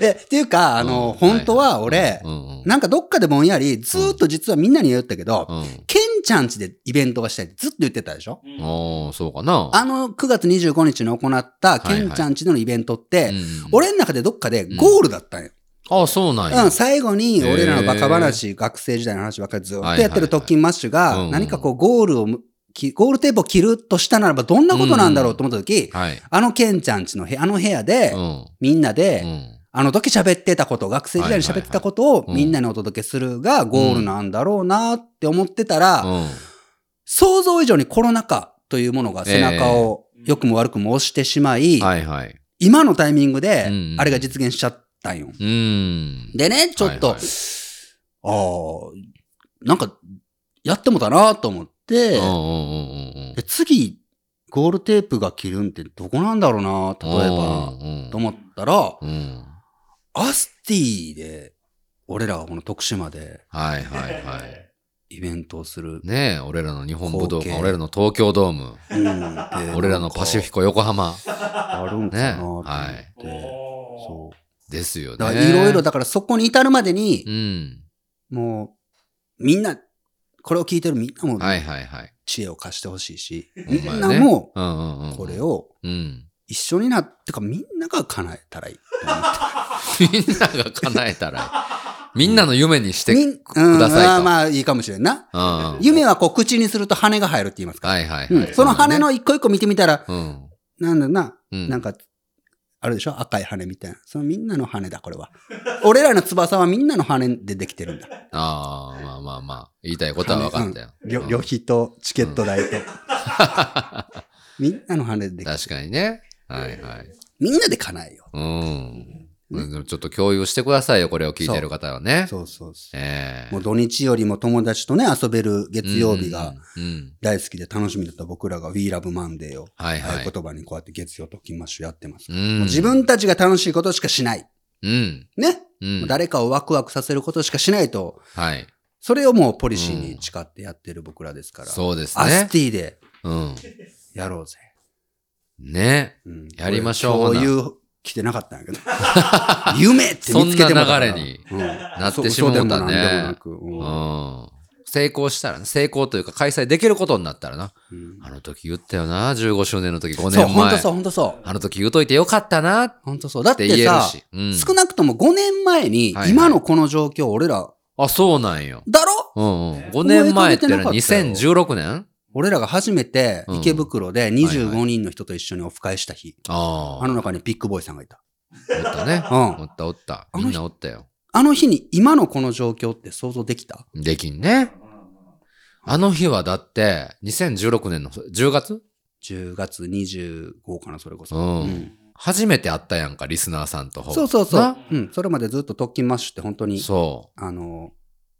[SPEAKER 1] え、っていうか、あの、
[SPEAKER 2] うん
[SPEAKER 1] 本当は俺、
[SPEAKER 2] いうんうん
[SPEAKER 1] なんかどっかでぼんやり、ずーっと実はみんなに言ったけど、
[SPEAKER 2] うん。
[SPEAKER 1] ケンちゃんちでイベントがしたいってずっと言ってたでしょ
[SPEAKER 3] うん
[SPEAKER 2] おー、そうかな。
[SPEAKER 1] あの、9月25日に行ったケンちゃんちでのイベントって、
[SPEAKER 2] うんうん、
[SPEAKER 1] 俺の中でどっかでゴールだったんよ。
[SPEAKER 2] あそうなんや。
[SPEAKER 1] うん、最後に俺らのバカ話、
[SPEAKER 2] へ
[SPEAKER 1] 学生時代の話ばっかりずー
[SPEAKER 2] は
[SPEAKER 1] っ
[SPEAKER 2] い
[SPEAKER 1] とや
[SPEAKER 2] はい
[SPEAKER 1] っ
[SPEAKER 2] はい
[SPEAKER 1] てる特勤マッシュが、
[SPEAKER 2] うんうん
[SPEAKER 1] 何かこうゴールをむ、きゴールテープを切るとしたならばどんなことなんだろうと思った時、
[SPEAKER 2] はい。
[SPEAKER 1] あのケンちゃんちの部屋、あの部屋で、
[SPEAKER 2] うん。
[SPEAKER 1] みんなで、
[SPEAKER 2] うん。
[SPEAKER 1] あの時喋ってたこと、学生時代に喋ってたことを
[SPEAKER 2] いはい
[SPEAKER 1] みんなにお届けするがゴールなんだろうなって思ってたら、
[SPEAKER 2] うん。
[SPEAKER 1] 想像以上にコロナ禍というものが背中を
[SPEAKER 3] ええ
[SPEAKER 1] 良くも悪くも押してしまい、
[SPEAKER 2] はいはい。
[SPEAKER 1] 今のタイミングで
[SPEAKER 2] うんうん
[SPEAKER 1] あれが実現しちゃったんよ。
[SPEAKER 2] うん。
[SPEAKER 1] でね、ちょっと、
[SPEAKER 2] はいはい
[SPEAKER 1] ああ、なんかやってもだなと思って、
[SPEAKER 2] うんうんうんうんうん。
[SPEAKER 1] で次ゴールテープが切るんってどこなんだろうな例えば、
[SPEAKER 2] うん
[SPEAKER 1] と思ったら、
[SPEAKER 2] うん。うん。
[SPEAKER 1] アスティで俺らがこの徳島で
[SPEAKER 2] はいはい はい。
[SPEAKER 1] イベントをする。
[SPEAKER 2] ねえ、俺らの日本武道
[SPEAKER 1] 光
[SPEAKER 2] 館、
[SPEAKER 1] 景
[SPEAKER 2] 俺らの東京ドーム、
[SPEAKER 1] うん
[SPEAKER 2] 俺らのパシフィコ横浜。
[SPEAKER 1] あるんかな
[SPEAKER 2] ね
[SPEAKER 1] と思って、
[SPEAKER 2] はい
[SPEAKER 3] おー
[SPEAKER 1] そう。
[SPEAKER 2] ですよね。
[SPEAKER 1] だからいろいろ、だからそこに至るまでに
[SPEAKER 2] う、ん。
[SPEAKER 1] もう、みんな、これを聞いてるみんなも
[SPEAKER 2] はいはいはい。
[SPEAKER 1] 知恵を貸してほしいし、
[SPEAKER 2] ほ
[SPEAKER 1] み
[SPEAKER 2] んま
[SPEAKER 1] ん
[SPEAKER 2] や
[SPEAKER 1] な
[SPEAKER 2] ね
[SPEAKER 1] も
[SPEAKER 2] うんうんうん。
[SPEAKER 1] これ。を
[SPEAKER 2] うん。
[SPEAKER 1] 一緒になってか、みんなが叶えたらいい。
[SPEAKER 2] みんなが叶えたら、みんなの夢にして
[SPEAKER 1] みん
[SPEAKER 2] くだ
[SPEAKER 1] うんまあ
[SPEAKER 2] さ
[SPEAKER 1] まあいいかもしれんな。
[SPEAKER 2] いと。うん。
[SPEAKER 1] 夢はこう口にすると羽が生えるって言いますから。
[SPEAKER 2] はいはい
[SPEAKER 1] うん
[SPEAKER 2] はい。
[SPEAKER 1] その羽の一個一個見てみたら、
[SPEAKER 2] うん。
[SPEAKER 1] なんだろうな、
[SPEAKER 2] うん。
[SPEAKER 1] なんか、あるでしょ赤い羽みたいな。そのみんなの羽だ、これは。俺らの翼はみんなの羽でできてるんだ。
[SPEAKER 2] ああ、まあまあまあ。言いたいことは分かったよ。
[SPEAKER 1] 旅
[SPEAKER 2] うん
[SPEAKER 1] 旅費とチケット代 と。みんなの羽でできてる。
[SPEAKER 2] 確かにね。はいはい。
[SPEAKER 1] みんなで叶えよ
[SPEAKER 2] うん。でもちょっと共有してくださいよ、これを聞いてる方は
[SPEAKER 1] う。
[SPEAKER 2] ね。
[SPEAKER 1] そうそうそう。
[SPEAKER 2] ええ
[SPEAKER 1] もう土日よりも友達とね、遊べる月曜日が
[SPEAKER 2] うん。うん。
[SPEAKER 1] 大好きで楽しみだった僕らが We Love Monday を
[SPEAKER 2] はいはい
[SPEAKER 1] 合。言葉にこうやって月曜ときましょうやってます。
[SPEAKER 2] う
[SPEAKER 1] も
[SPEAKER 2] ん
[SPEAKER 1] う自分たちが楽しいことしかしない。
[SPEAKER 2] うん。
[SPEAKER 1] ね。
[SPEAKER 2] う。
[SPEAKER 1] もうん誰かをワクワクさせることしかしないと、
[SPEAKER 2] はい。
[SPEAKER 1] それをもうポリシーに誓ってやってる僕らですから。
[SPEAKER 2] そうです
[SPEAKER 1] アス
[SPEAKER 2] ね。
[SPEAKER 1] ティで
[SPEAKER 2] うん。
[SPEAKER 1] やろうぜ。
[SPEAKER 2] ね。
[SPEAKER 1] うん
[SPEAKER 2] やりましょう
[SPEAKER 1] 俺共有来てなかったんやけど。 夢って見つけてもらったから
[SPEAKER 2] そんな流れに
[SPEAKER 1] うん
[SPEAKER 2] なってしもうた
[SPEAKER 1] 嘘で
[SPEAKER 2] ね
[SPEAKER 1] も何でもなくうん
[SPEAKER 2] うん。成功したらね、成功というか開催できることになったらな。
[SPEAKER 1] うん
[SPEAKER 2] あの時言ったよな、15周年の時、5
[SPEAKER 1] そう、
[SPEAKER 2] 年
[SPEAKER 1] 本当
[SPEAKER 2] 前
[SPEAKER 1] そ。う、本当そう。
[SPEAKER 2] あの時言うといてよかったなっ
[SPEAKER 1] 本当そう。だってて
[SPEAKER 2] 言える
[SPEAKER 1] さ、
[SPEAKER 2] し。うん。
[SPEAKER 1] 少なくとも5年前に
[SPEAKER 2] はいは、い
[SPEAKER 1] 今のこの状況、俺ら、
[SPEAKER 2] あ、そうなんよ。
[SPEAKER 1] だろ
[SPEAKER 2] うんうん。5年前ってのは
[SPEAKER 1] 思い浮かべてなかった
[SPEAKER 2] 2016年
[SPEAKER 1] 俺らが初めて
[SPEAKER 2] うん
[SPEAKER 1] 池袋で25人の人と一緒にオフ会した日、
[SPEAKER 2] ああ。
[SPEAKER 1] あの中にビッグボーイさんがいた。
[SPEAKER 2] おったね。
[SPEAKER 1] うん
[SPEAKER 2] おったおった。
[SPEAKER 1] あの人
[SPEAKER 2] みんなおったよ。
[SPEAKER 1] あの日に今のこの状況って想像できた
[SPEAKER 2] できんね。あの日はだって、2016年の10月
[SPEAKER 1] ?10 月25かな、それこそ。
[SPEAKER 2] うん
[SPEAKER 1] うん
[SPEAKER 2] 初めて会ったやんか、リスナーさんとほぼ。
[SPEAKER 1] そうそうそう
[SPEAKER 2] な。
[SPEAKER 1] うん。それまでずっと特勤マッシュって本当に、
[SPEAKER 2] そ
[SPEAKER 1] あの、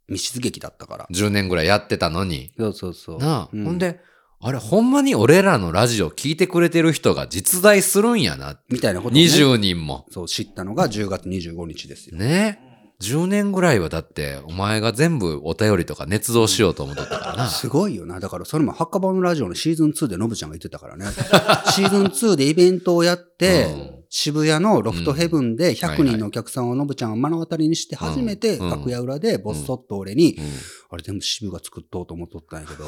[SPEAKER 1] 密室劇だったから
[SPEAKER 2] う。。10年ぐらいやってたのに。
[SPEAKER 1] そうそうそう。
[SPEAKER 2] なあ。
[SPEAKER 1] うん
[SPEAKER 2] ほんで、あれ、ほんまに俺らのラジオ聞いてくれてる人が実在するんやな。
[SPEAKER 1] みたいなことをね、
[SPEAKER 2] 20人も。
[SPEAKER 1] そう、知ったのが10月25日ですよ。
[SPEAKER 2] ね。10年ぐらいはだって、お前が全部お便りとか捏造しようと思っとったからな。
[SPEAKER 1] すごいよな。だからそれも、ハッカバのラジオのシーズン2でノブちゃんが言ってたからね。 シーズン2でイベントをやって、
[SPEAKER 2] うん
[SPEAKER 1] 渋谷のロフトヘブンで
[SPEAKER 2] はいは
[SPEAKER 1] 100
[SPEAKER 2] い
[SPEAKER 1] 人のお客さんをノブちゃんが目の当たりにして、初めて
[SPEAKER 2] うん
[SPEAKER 1] 楽屋裏でぼっそっと俺に、
[SPEAKER 2] うん
[SPEAKER 1] あれ全部渋が作っとうと思っとったんや けど、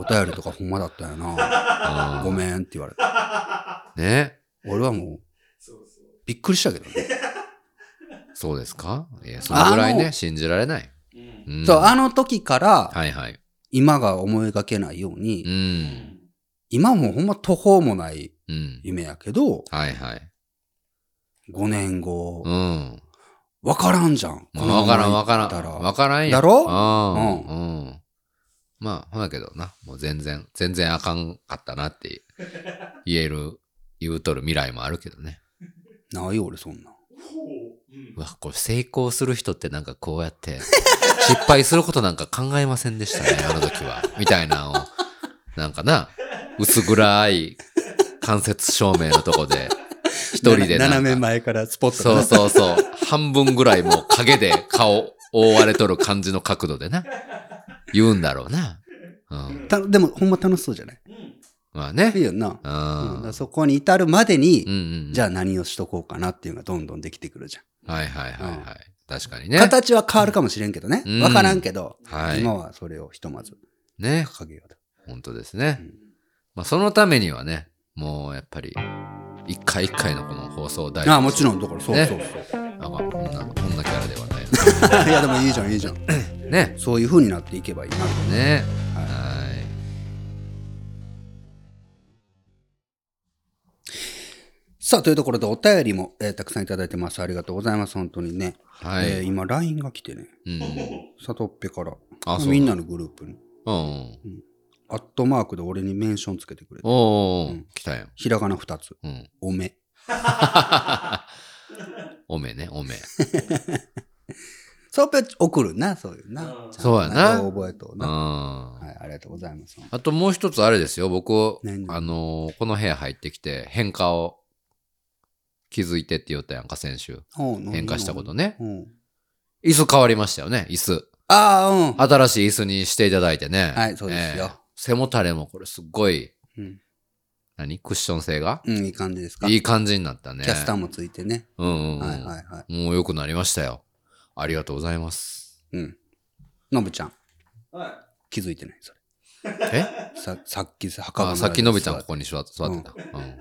[SPEAKER 1] お便りとかほんまだったよな。
[SPEAKER 2] うん
[SPEAKER 1] ごめんって言われた。
[SPEAKER 2] ね。
[SPEAKER 1] 俺はもう、
[SPEAKER 3] そうそう
[SPEAKER 1] びっくりしたけどね。
[SPEAKER 2] そうですかいや、そのぐらい
[SPEAKER 1] あの
[SPEAKER 2] ね、信じられない。
[SPEAKER 3] うん
[SPEAKER 2] う ん
[SPEAKER 1] そう、あの時から、
[SPEAKER 2] はいはい。
[SPEAKER 1] 今が思いがけないよう
[SPEAKER 2] う。
[SPEAKER 1] に、
[SPEAKER 3] うんん
[SPEAKER 1] 今もほんま途方もない
[SPEAKER 2] うん。
[SPEAKER 1] 夢やけど、
[SPEAKER 2] はいはい。
[SPEAKER 1] 5年後
[SPEAKER 2] う、ん。
[SPEAKER 1] わからんじゃん。このま
[SPEAKER 2] わ
[SPEAKER 1] ま
[SPEAKER 2] からんわから
[SPEAKER 1] 行った
[SPEAKER 2] ん。わからんや
[SPEAKER 1] だろ
[SPEAKER 2] うん。うん。まあ、ほやけどな。もう全然、全然あかんかったなって言える、言うとる未来もあるけどね。
[SPEAKER 1] ないよ、俺そんな。
[SPEAKER 3] ほううん
[SPEAKER 2] うわ、これ成功する人ってなんかこうやって、失敗することなんか考えませんでしたね、あの時は。みたいなのを、なんかな、薄暗い間接照明のとこで、一人でなんか
[SPEAKER 1] 斜め前からスポット
[SPEAKER 2] そ
[SPEAKER 1] が
[SPEAKER 2] うそうそう。半分ぐらいもう影で顔覆われとる感じの角度でな。言うんだろうな。うん。
[SPEAKER 1] たでもほんま楽しそうじゃない
[SPEAKER 3] うん。
[SPEAKER 2] まあ
[SPEAKER 1] いい
[SPEAKER 2] ね。
[SPEAKER 1] よな、
[SPEAKER 2] う
[SPEAKER 1] うんだ
[SPEAKER 2] ん
[SPEAKER 1] から。そこに至るまでに、
[SPEAKER 2] うんうん。
[SPEAKER 1] じゃあ何をしとこうかなっていうのがどんどんできてくるじゃん。
[SPEAKER 2] はいはいはいはい。確かにね。
[SPEAKER 1] 形は変わるかもしれんけどね。
[SPEAKER 2] うん
[SPEAKER 1] わからんけど、
[SPEAKER 2] はい
[SPEAKER 1] 今はそれをひとまず
[SPEAKER 2] ね。
[SPEAKER 1] 掲げようと。
[SPEAKER 2] 本当ですね。
[SPEAKER 1] うん
[SPEAKER 2] まあそのためにはね、もうやっぱり、一回一回のこの放送を大事
[SPEAKER 1] ああ、
[SPEAKER 2] に
[SPEAKER 1] もちろん、だからそう
[SPEAKER 2] ね
[SPEAKER 1] そうそう。
[SPEAKER 2] なんかこんな、こんなキャラではないよ
[SPEAKER 1] いや、でもいいじゃん、いいじゃん。
[SPEAKER 2] ね。
[SPEAKER 1] そういう風になっていけばいいなと。
[SPEAKER 2] ね。ね。
[SPEAKER 1] はい
[SPEAKER 2] はい。
[SPEAKER 1] さあ、というところでお便りも、えーたくさんいただいてます。ありがとうございます、本当にね。
[SPEAKER 2] は
[SPEAKER 1] えー
[SPEAKER 2] い。
[SPEAKER 1] 今、LINE が来てね、
[SPEAKER 2] うん。
[SPEAKER 1] サトッペから、
[SPEAKER 2] あ、そう。
[SPEAKER 1] みんなのグループに、
[SPEAKER 2] うん。
[SPEAKER 1] アットマークで俺にメンションつけてくれて、
[SPEAKER 2] お
[SPEAKER 1] う
[SPEAKER 2] ー
[SPEAKER 1] ん、
[SPEAKER 2] 来たよ。
[SPEAKER 1] ひらがな2つ、
[SPEAKER 2] うん。
[SPEAKER 1] おめ。
[SPEAKER 2] おめね、おめ。
[SPEAKER 1] サトッペ送るな、そういうな。
[SPEAKER 2] そうやな
[SPEAKER 1] 名前を覚えとう
[SPEAKER 2] う
[SPEAKER 1] な。
[SPEAKER 2] ん。
[SPEAKER 1] は
[SPEAKER 2] あ
[SPEAKER 1] い、ありがとうございます。
[SPEAKER 2] ともう一つあれですよ、僕、
[SPEAKER 1] 何々
[SPEAKER 2] あのーこの部屋入ってきて変化を気づいてって言ったやんか、先週。変
[SPEAKER 1] 変
[SPEAKER 2] 化したことね。
[SPEAKER 1] うん、
[SPEAKER 2] 椅子変わりましたよね、椅子。
[SPEAKER 1] ああ、うん。
[SPEAKER 2] 新しい椅子にしていただいてね。
[SPEAKER 1] はいそうですよ
[SPEAKER 2] ええ背もたれもこれすっごい、
[SPEAKER 1] うん
[SPEAKER 2] 何クッション性が
[SPEAKER 1] うん、いい感じですか。
[SPEAKER 2] いい感じになったね。
[SPEAKER 1] キャスターもついてね。
[SPEAKER 2] うんうん、うん
[SPEAKER 1] はいはいはい。
[SPEAKER 2] もう良くなりましたよ。ありがとうございます。
[SPEAKER 1] うん。のぶちゃん、
[SPEAKER 3] は。。
[SPEAKER 1] 気づいてないそれ。
[SPEAKER 2] え
[SPEAKER 1] ささっきさ、墓場
[SPEAKER 2] あ、さっきのびちゃんこ
[SPEAKER 1] こ
[SPEAKER 2] こに座って座ってた。うん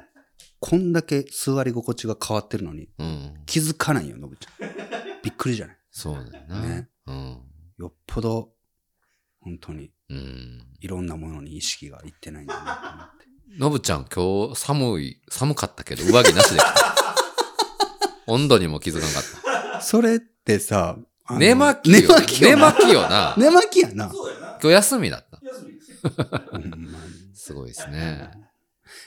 [SPEAKER 1] こんだけ座り心地が変わってるのに、
[SPEAKER 2] うん。
[SPEAKER 1] 気づかないよ、のぶちゃん。びっくりじゃない
[SPEAKER 2] そうだよな。
[SPEAKER 1] ね
[SPEAKER 2] うん。
[SPEAKER 1] よっぽど、本当に、
[SPEAKER 2] うん。
[SPEAKER 1] いろんなものに意識がいってないんだなと思っ て。
[SPEAKER 2] のぶちゃん今日寒い、寒かったけど上着なしで来た。 温度にも気づかなかっ
[SPEAKER 1] それってさ、あ
[SPEAKER 2] た。
[SPEAKER 1] の
[SPEAKER 2] 寝巻きよ。
[SPEAKER 1] 寝巻き
[SPEAKER 2] 寝
[SPEAKER 1] よな。
[SPEAKER 2] 巻きよな。今
[SPEAKER 1] 寝巻きやない
[SPEAKER 3] そうやな。
[SPEAKER 2] 日休みだった。
[SPEAKER 3] 休みです。
[SPEAKER 1] ほんまに
[SPEAKER 2] すごいですね。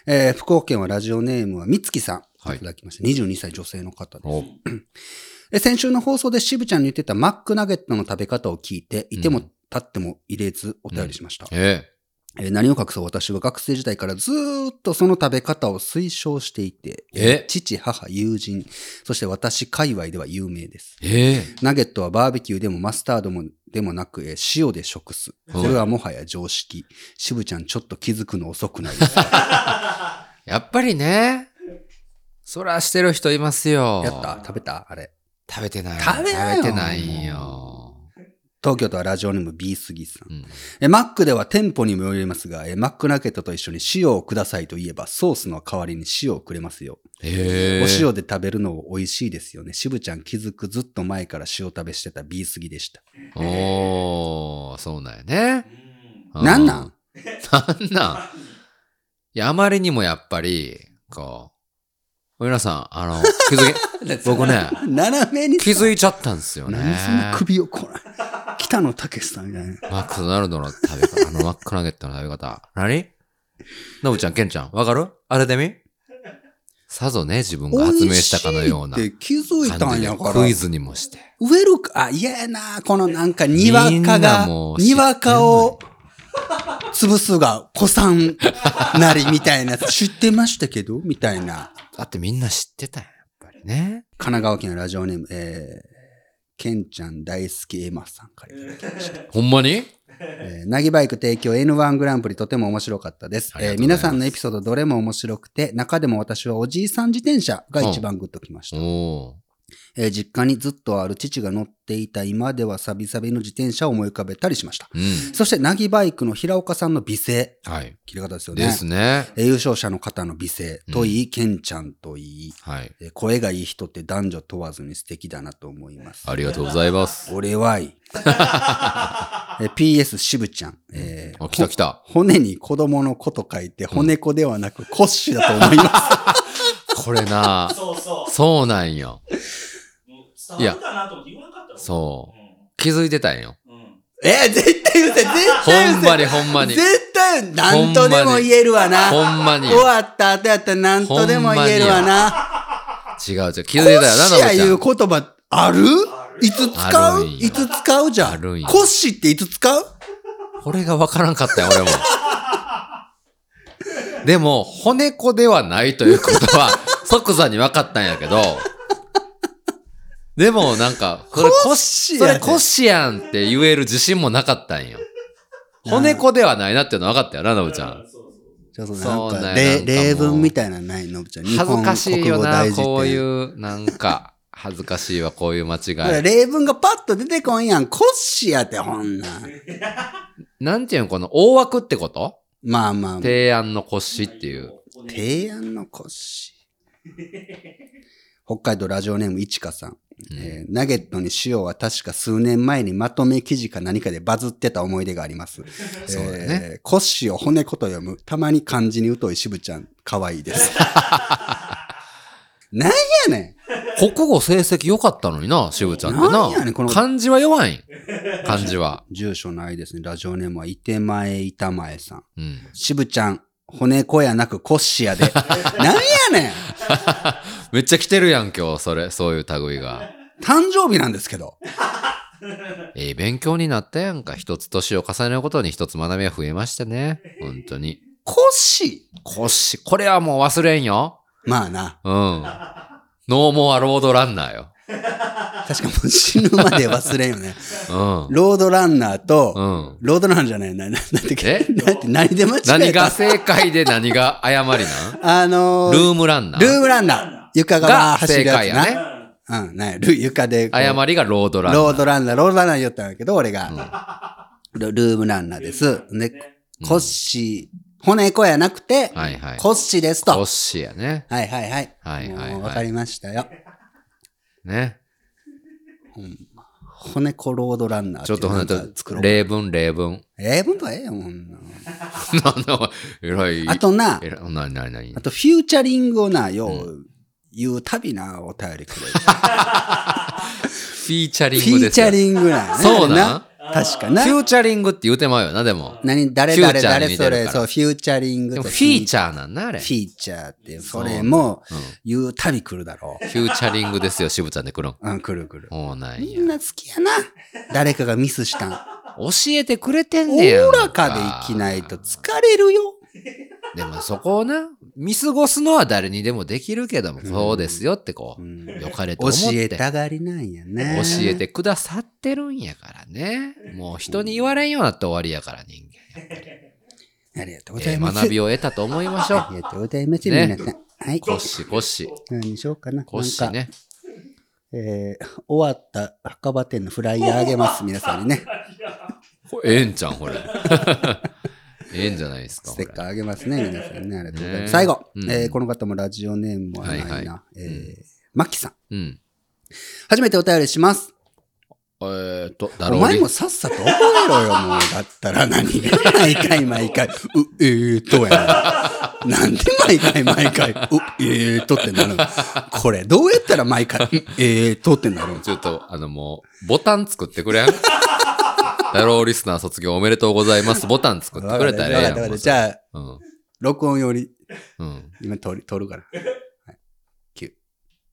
[SPEAKER 1] えー福岡県はラジオネームはみつきさん。
[SPEAKER 2] はい
[SPEAKER 1] いただきました。22歳女性の方です。
[SPEAKER 2] お、
[SPEAKER 1] え先週の放送で渋ちゃんに言ってたマックナゲットの食べ方を聞いて、いても
[SPEAKER 2] うん
[SPEAKER 1] 立っても入れずお便りしました。
[SPEAKER 2] え
[SPEAKER 1] えー何を隠そう私は学生時代からずーっとその食べ方を推奨していて、
[SPEAKER 2] え
[SPEAKER 1] 父、母、友人、そして私界隈では有名です。
[SPEAKER 2] ええ
[SPEAKER 1] ナゲットはバーベキューでもマスタードもでもなく、えー塩で食す。これはもはや常識。渋ちゃんちょっと気づくの遅く ないですか
[SPEAKER 2] やっぱりね。そらしてる人いますよ。
[SPEAKER 1] やった食べたあれ。
[SPEAKER 2] 食べてない。
[SPEAKER 1] 食べなよ
[SPEAKER 2] 食べてないよ。
[SPEAKER 1] 東京都はラジオネーム B 杉さん
[SPEAKER 2] う。ん。
[SPEAKER 1] え、マックでは店舗にもよりますが、え、マックナゲットと一緒に塩をくださいと言えば、ソースの代わりに塩をくれますよ。
[SPEAKER 2] ええ
[SPEAKER 1] お塩で食べるの美味しいですよね。渋ちゃん気づくずっと前から塩食べしてた B 杉でした。
[SPEAKER 2] おー、そうなんやね。
[SPEAKER 3] うん
[SPEAKER 2] う
[SPEAKER 1] なんなん
[SPEAKER 2] なんなんいや、あまりにもやっぱり、こう、皆さん、あの、気づ き、僕ね、
[SPEAKER 1] 斜めに
[SPEAKER 2] 気づいちゃったんですよね。
[SPEAKER 1] 何その首をこら。北野武さんみたいな。
[SPEAKER 2] マクドナルドの食べ方、あのマックナゲットの食べ方。何のぶちゃん、けんちゃん、わかる当ててみさぞね、自分が発明したかのような
[SPEAKER 1] 美味しいって気づいた
[SPEAKER 2] 感
[SPEAKER 1] ん
[SPEAKER 2] じで
[SPEAKER 1] やから。
[SPEAKER 2] クイズにもして。
[SPEAKER 1] ウェルカ、あ、嫌やな、このなんか、にわ
[SPEAKER 2] みん
[SPEAKER 1] か
[SPEAKER 2] な
[SPEAKER 1] が
[SPEAKER 2] も、う知って
[SPEAKER 1] に
[SPEAKER 2] んのに
[SPEAKER 1] わかを潰すが、子さんなりみた いな、知ってましたけどみたいな。
[SPEAKER 2] だってみんな知ってたよ、やっぱりね。
[SPEAKER 1] 神奈川県ラジオネーム、えー、ケンちゃん大好きエマさんからいただきました。
[SPEAKER 2] ほんまに
[SPEAKER 1] えー、なぎバイク提供 N1 グランプリとても面白かったです
[SPEAKER 2] ありが
[SPEAKER 1] え
[SPEAKER 2] とう
[SPEAKER 1] ー
[SPEAKER 2] ござ
[SPEAKER 1] 皆
[SPEAKER 2] います
[SPEAKER 1] さんのエピソードどれも面白くて、中でも私はおじいさん自転車が一番グッときました。
[SPEAKER 2] おー。
[SPEAKER 1] えー実家にずっとある父が乗っていた今ではサビサビの自転車を思い浮かべたりしました。
[SPEAKER 2] うん。
[SPEAKER 1] そして、なぎバイクの平岡さんの美声。
[SPEAKER 2] はい。
[SPEAKER 1] 切れ方ですよね。
[SPEAKER 2] ですね。
[SPEAKER 1] え優勝者の方の美声といい、ケンちゃんといい、
[SPEAKER 2] はい。
[SPEAKER 1] え声がいい人って男女問わずに素敵だなと思います。
[SPEAKER 2] ありがとうございます。
[SPEAKER 1] 俺はい い。え PS 渋ちゃん。えー
[SPEAKER 2] あ、来た来た。
[SPEAKER 1] 骨に子供の子と書いて、骨子ではなく骨子だと思い ます。
[SPEAKER 2] これな
[SPEAKER 3] そうそ
[SPEAKER 2] そうなんよ。
[SPEAKER 3] う。もう伝わるかなと思って言わなかったの。
[SPEAKER 2] そう気づいてたんよ。
[SPEAKER 3] ん。うん。
[SPEAKER 1] えー絶対言うて、絶
[SPEAKER 2] ほ
[SPEAKER 1] 対言
[SPEAKER 2] ん
[SPEAKER 1] うて。
[SPEAKER 2] まにほんまに。
[SPEAKER 1] 絶対、なんとでも言えるわな。
[SPEAKER 2] ほんまに。
[SPEAKER 1] 終わった後やったらなんとでも言えるわな。
[SPEAKER 2] 違う違う。気づい
[SPEAKER 1] 骨
[SPEAKER 2] てたよな、
[SPEAKER 1] 子やい
[SPEAKER 2] の
[SPEAKER 1] う
[SPEAKER 2] ぶ
[SPEAKER 1] 言葉ある
[SPEAKER 3] ある
[SPEAKER 1] いつ使
[SPEAKER 2] あ
[SPEAKER 1] う
[SPEAKER 2] るんや
[SPEAKER 1] いつ使うじゃ
[SPEAKER 2] あ
[SPEAKER 1] ん。
[SPEAKER 2] るんや
[SPEAKER 1] コッシーっていつ使う
[SPEAKER 2] これがわからんかったよ、俺も。でも、骨子ではないということ は、即座に分かったんやけど、でもなんか、これ
[SPEAKER 1] コ
[SPEAKER 2] コ
[SPEAKER 1] ッ
[SPEAKER 2] ッ
[SPEAKER 1] シー
[SPEAKER 2] そ
[SPEAKER 1] や
[SPEAKER 2] れ
[SPEAKER 1] で
[SPEAKER 2] コシアンって言える自信もなかったんよ。骨子ではないなっていうの分かったよな、ノブちゃん。
[SPEAKER 3] そうそう
[SPEAKER 1] ちょっとなん
[SPEAKER 2] そう
[SPEAKER 1] か、
[SPEAKER 2] ねなん
[SPEAKER 1] 例
[SPEAKER 2] か
[SPEAKER 1] 例
[SPEAKER 2] も
[SPEAKER 1] 文
[SPEAKER 2] う
[SPEAKER 1] みたいなのないのぶちゃん。日
[SPEAKER 2] 恥ず
[SPEAKER 1] 本
[SPEAKER 2] かしい
[SPEAKER 1] 国
[SPEAKER 2] よ
[SPEAKER 1] 語
[SPEAKER 2] な
[SPEAKER 1] 大、事
[SPEAKER 2] こうい
[SPEAKER 1] 典。
[SPEAKER 2] う、なんか、 恥ずかしいわ、こういう間
[SPEAKER 1] だから
[SPEAKER 2] 違い。
[SPEAKER 1] 例文がパッと出てこんやん。コッシーやって、ほんなん。
[SPEAKER 2] なんていうの、この大枠ってこと
[SPEAKER 1] まあまあ。
[SPEAKER 2] 提案の腰っていう。。
[SPEAKER 1] 提案のコッシー。北海道ラジオネームいちかさん。
[SPEAKER 2] うん
[SPEAKER 1] えーナゲットに塩は確か数年前にまとめ記事か何かでバズってた思い出があります。
[SPEAKER 2] そうだね
[SPEAKER 1] えーコッシーを骨子と読む。たまに漢字に疎い渋ちゃん、可愛い です。なんやね
[SPEAKER 2] 国語成績良かったのにな、しぶちゃんって
[SPEAKER 1] なんやねんこの
[SPEAKER 2] な。漢字は弱いん。漢字は。
[SPEAKER 1] ん住所ないですね。ラジオネームは、いてまえいたまえさん。
[SPEAKER 2] うん。
[SPEAKER 1] 渋ちゃん、骨子やなくコッシーやで。 なんやねん
[SPEAKER 2] めっちゃ来てるやん、今日、それ、そういう類が。
[SPEAKER 1] 誕生日なんですけど。
[SPEAKER 2] ええ勉強になったやんか。一つ年を重ねることに一つ学びが増えましたね。本当に。
[SPEAKER 1] コッシ
[SPEAKER 2] こし、これはもう忘れんよ。
[SPEAKER 1] ーまあな。
[SPEAKER 2] うん。ノーモアロードランナーよ。
[SPEAKER 1] 確かもう死ぬまで忘れんよ ね。
[SPEAKER 2] うん。
[SPEAKER 1] ロードランナーと、
[SPEAKER 2] うん。
[SPEAKER 1] ロードランナーじゃない、な、な、なんて
[SPEAKER 2] え
[SPEAKER 1] なんて、何で間違えた
[SPEAKER 2] 何が正解で何が誤りなん
[SPEAKER 1] あの
[SPEAKER 2] ル
[SPEAKER 1] ー、
[SPEAKER 2] ームランナ
[SPEAKER 1] ル
[SPEAKER 2] ー。
[SPEAKER 1] ームランナー。床が
[SPEAKER 2] が
[SPEAKER 1] 走るやつ
[SPEAKER 2] 正解
[SPEAKER 1] な。
[SPEAKER 2] や
[SPEAKER 3] あ
[SPEAKER 1] うん、ね、ル床でこう。
[SPEAKER 2] 誤りがロードランナー。
[SPEAKER 1] ロードランナー、ロードランナー言ったんだけど、俺が。ルルームランナーです。ね、
[SPEAKER 2] うん
[SPEAKER 1] コッシー、骨子やなくて、
[SPEAKER 2] はいはい。
[SPEAKER 1] コッシーですと。
[SPEAKER 2] こしやね。
[SPEAKER 1] はいはいはい。
[SPEAKER 2] はいはいはい
[SPEAKER 1] もうわかりましたよ。
[SPEAKER 2] ね。
[SPEAKER 1] 骨子ロードランナー
[SPEAKER 2] ちょっとほん
[SPEAKER 1] っていうの
[SPEAKER 2] と
[SPEAKER 1] なんか作、ろう。
[SPEAKER 2] 例文、例文。
[SPEAKER 1] え、ほんとええよ、ほんなん
[SPEAKER 2] なんだ、えらい。
[SPEAKER 1] あ、とな、
[SPEAKER 2] えらい、なになになに
[SPEAKER 1] あと、フューチャリングをな、よう、言うたびな、お便りくれる。
[SPEAKER 2] フィーチャリ
[SPEAKER 1] フ
[SPEAKER 2] ング
[SPEAKER 1] ィ
[SPEAKER 2] で
[SPEAKER 1] ー
[SPEAKER 2] す
[SPEAKER 1] チ
[SPEAKER 2] よ。
[SPEAKER 1] ャリングなんやね
[SPEAKER 2] そうなん
[SPEAKER 1] 確かな。
[SPEAKER 2] フューチャリングって言うてまうよな、でも。
[SPEAKER 1] 何、誰
[SPEAKER 2] フューチ
[SPEAKER 1] 誰
[SPEAKER 2] ャー
[SPEAKER 1] 誰
[SPEAKER 2] に似
[SPEAKER 1] そ
[SPEAKER 2] てる
[SPEAKER 1] れ、
[SPEAKER 2] から
[SPEAKER 1] そう、フューチャリング
[SPEAKER 2] で
[SPEAKER 1] と
[SPEAKER 2] もフィー
[SPEAKER 1] ャ
[SPEAKER 2] チャーなんだ、あれ。
[SPEAKER 1] フ
[SPEAKER 2] フィ
[SPEAKER 1] ィーチャーって、それも
[SPEAKER 2] そうなんだうん、
[SPEAKER 1] 言うたび来るだろ
[SPEAKER 2] ーチャリングですよ、渋ちゃんで来るん。
[SPEAKER 1] う。うん、来る来る。
[SPEAKER 2] おうなん
[SPEAKER 1] み
[SPEAKER 2] や
[SPEAKER 1] ん。な好きやな。誰かがミスしたん。
[SPEAKER 2] 教えてくれてんねやん。
[SPEAKER 1] おおらかで生きないと。疲れるよ。
[SPEAKER 2] でもそこをな、見過ごすのは誰にでもできるけども、そうですよってこ
[SPEAKER 1] うん
[SPEAKER 2] う、よかれと
[SPEAKER 1] 教
[SPEAKER 2] 思って。
[SPEAKER 1] えたがりなんやね。
[SPEAKER 2] 教えてくださってるんやからね。もう人に言われんようになって終わりやから、人間。
[SPEAKER 1] ありがとうござ
[SPEAKER 2] え
[SPEAKER 1] い
[SPEAKER 2] え
[SPEAKER 1] ます。
[SPEAKER 2] 学びを得たと思いましょ う
[SPEAKER 1] あ。りがとうございます、
[SPEAKER 2] ね
[SPEAKER 1] 皆さん。はい。
[SPEAKER 2] コッシー、コッシー。
[SPEAKER 1] 何しようかな。
[SPEAKER 2] コッシ
[SPEAKER 1] な
[SPEAKER 2] ー
[SPEAKER 1] んか、
[SPEAKER 2] ね。
[SPEAKER 1] えー終わった墓場店のフライヤーあげます、皆さんにね。
[SPEAKER 2] これええんちゃん、これ。ええんじゃないですか、
[SPEAKER 1] ス
[SPEAKER 2] これ
[SPEAKER 1] テッカーあげますね、皆さんね。ありがとうございま
[SPEAKER 2] ね
[SPEAKER 1] す。最後、
[SPEAKER 2] うん
[SPEAKER 1] えーこの方もラジオネームはないな。
[SPEAKER 2] はいは
[SPEAKER 1] えー
[SPEAKER 2] うん
[SPEAKER 1] マッキーさん。
[SPEAKER 2] うん。
[SPEAKER 1] 初めてお便りします。
[SPEAKER 2] えーっと、だ
[SPEAKER 1] お
[SPEAKER 2] ろう
[SPEAKER 1] 前
[SPEAKER 2] り
[SPEAKER 1] も。さっさと覚えろよ、もう。だったら何が毎回毎回、う、えーとやな。なんで毎回毎回、う、えーとってなるのこれ、どうやったら毎回、う、えーとってなるの
[SPEAKER 2] ちょっと、あのもう、ボタン作ってくれん だろうリスナー卒業おめでとうございます。ボタン作ってくれたらええや
[SPEAKER 1] わかったわかった
[SPEAKER 2] ん。
[SPEAKER 1] じゃあ、
[SPEAKER 2] もう
[SPEAKER 1] 録音より、
[SPEAKER 2] うん。うん。
[SPEAKER 1] 今撮る、撮るから。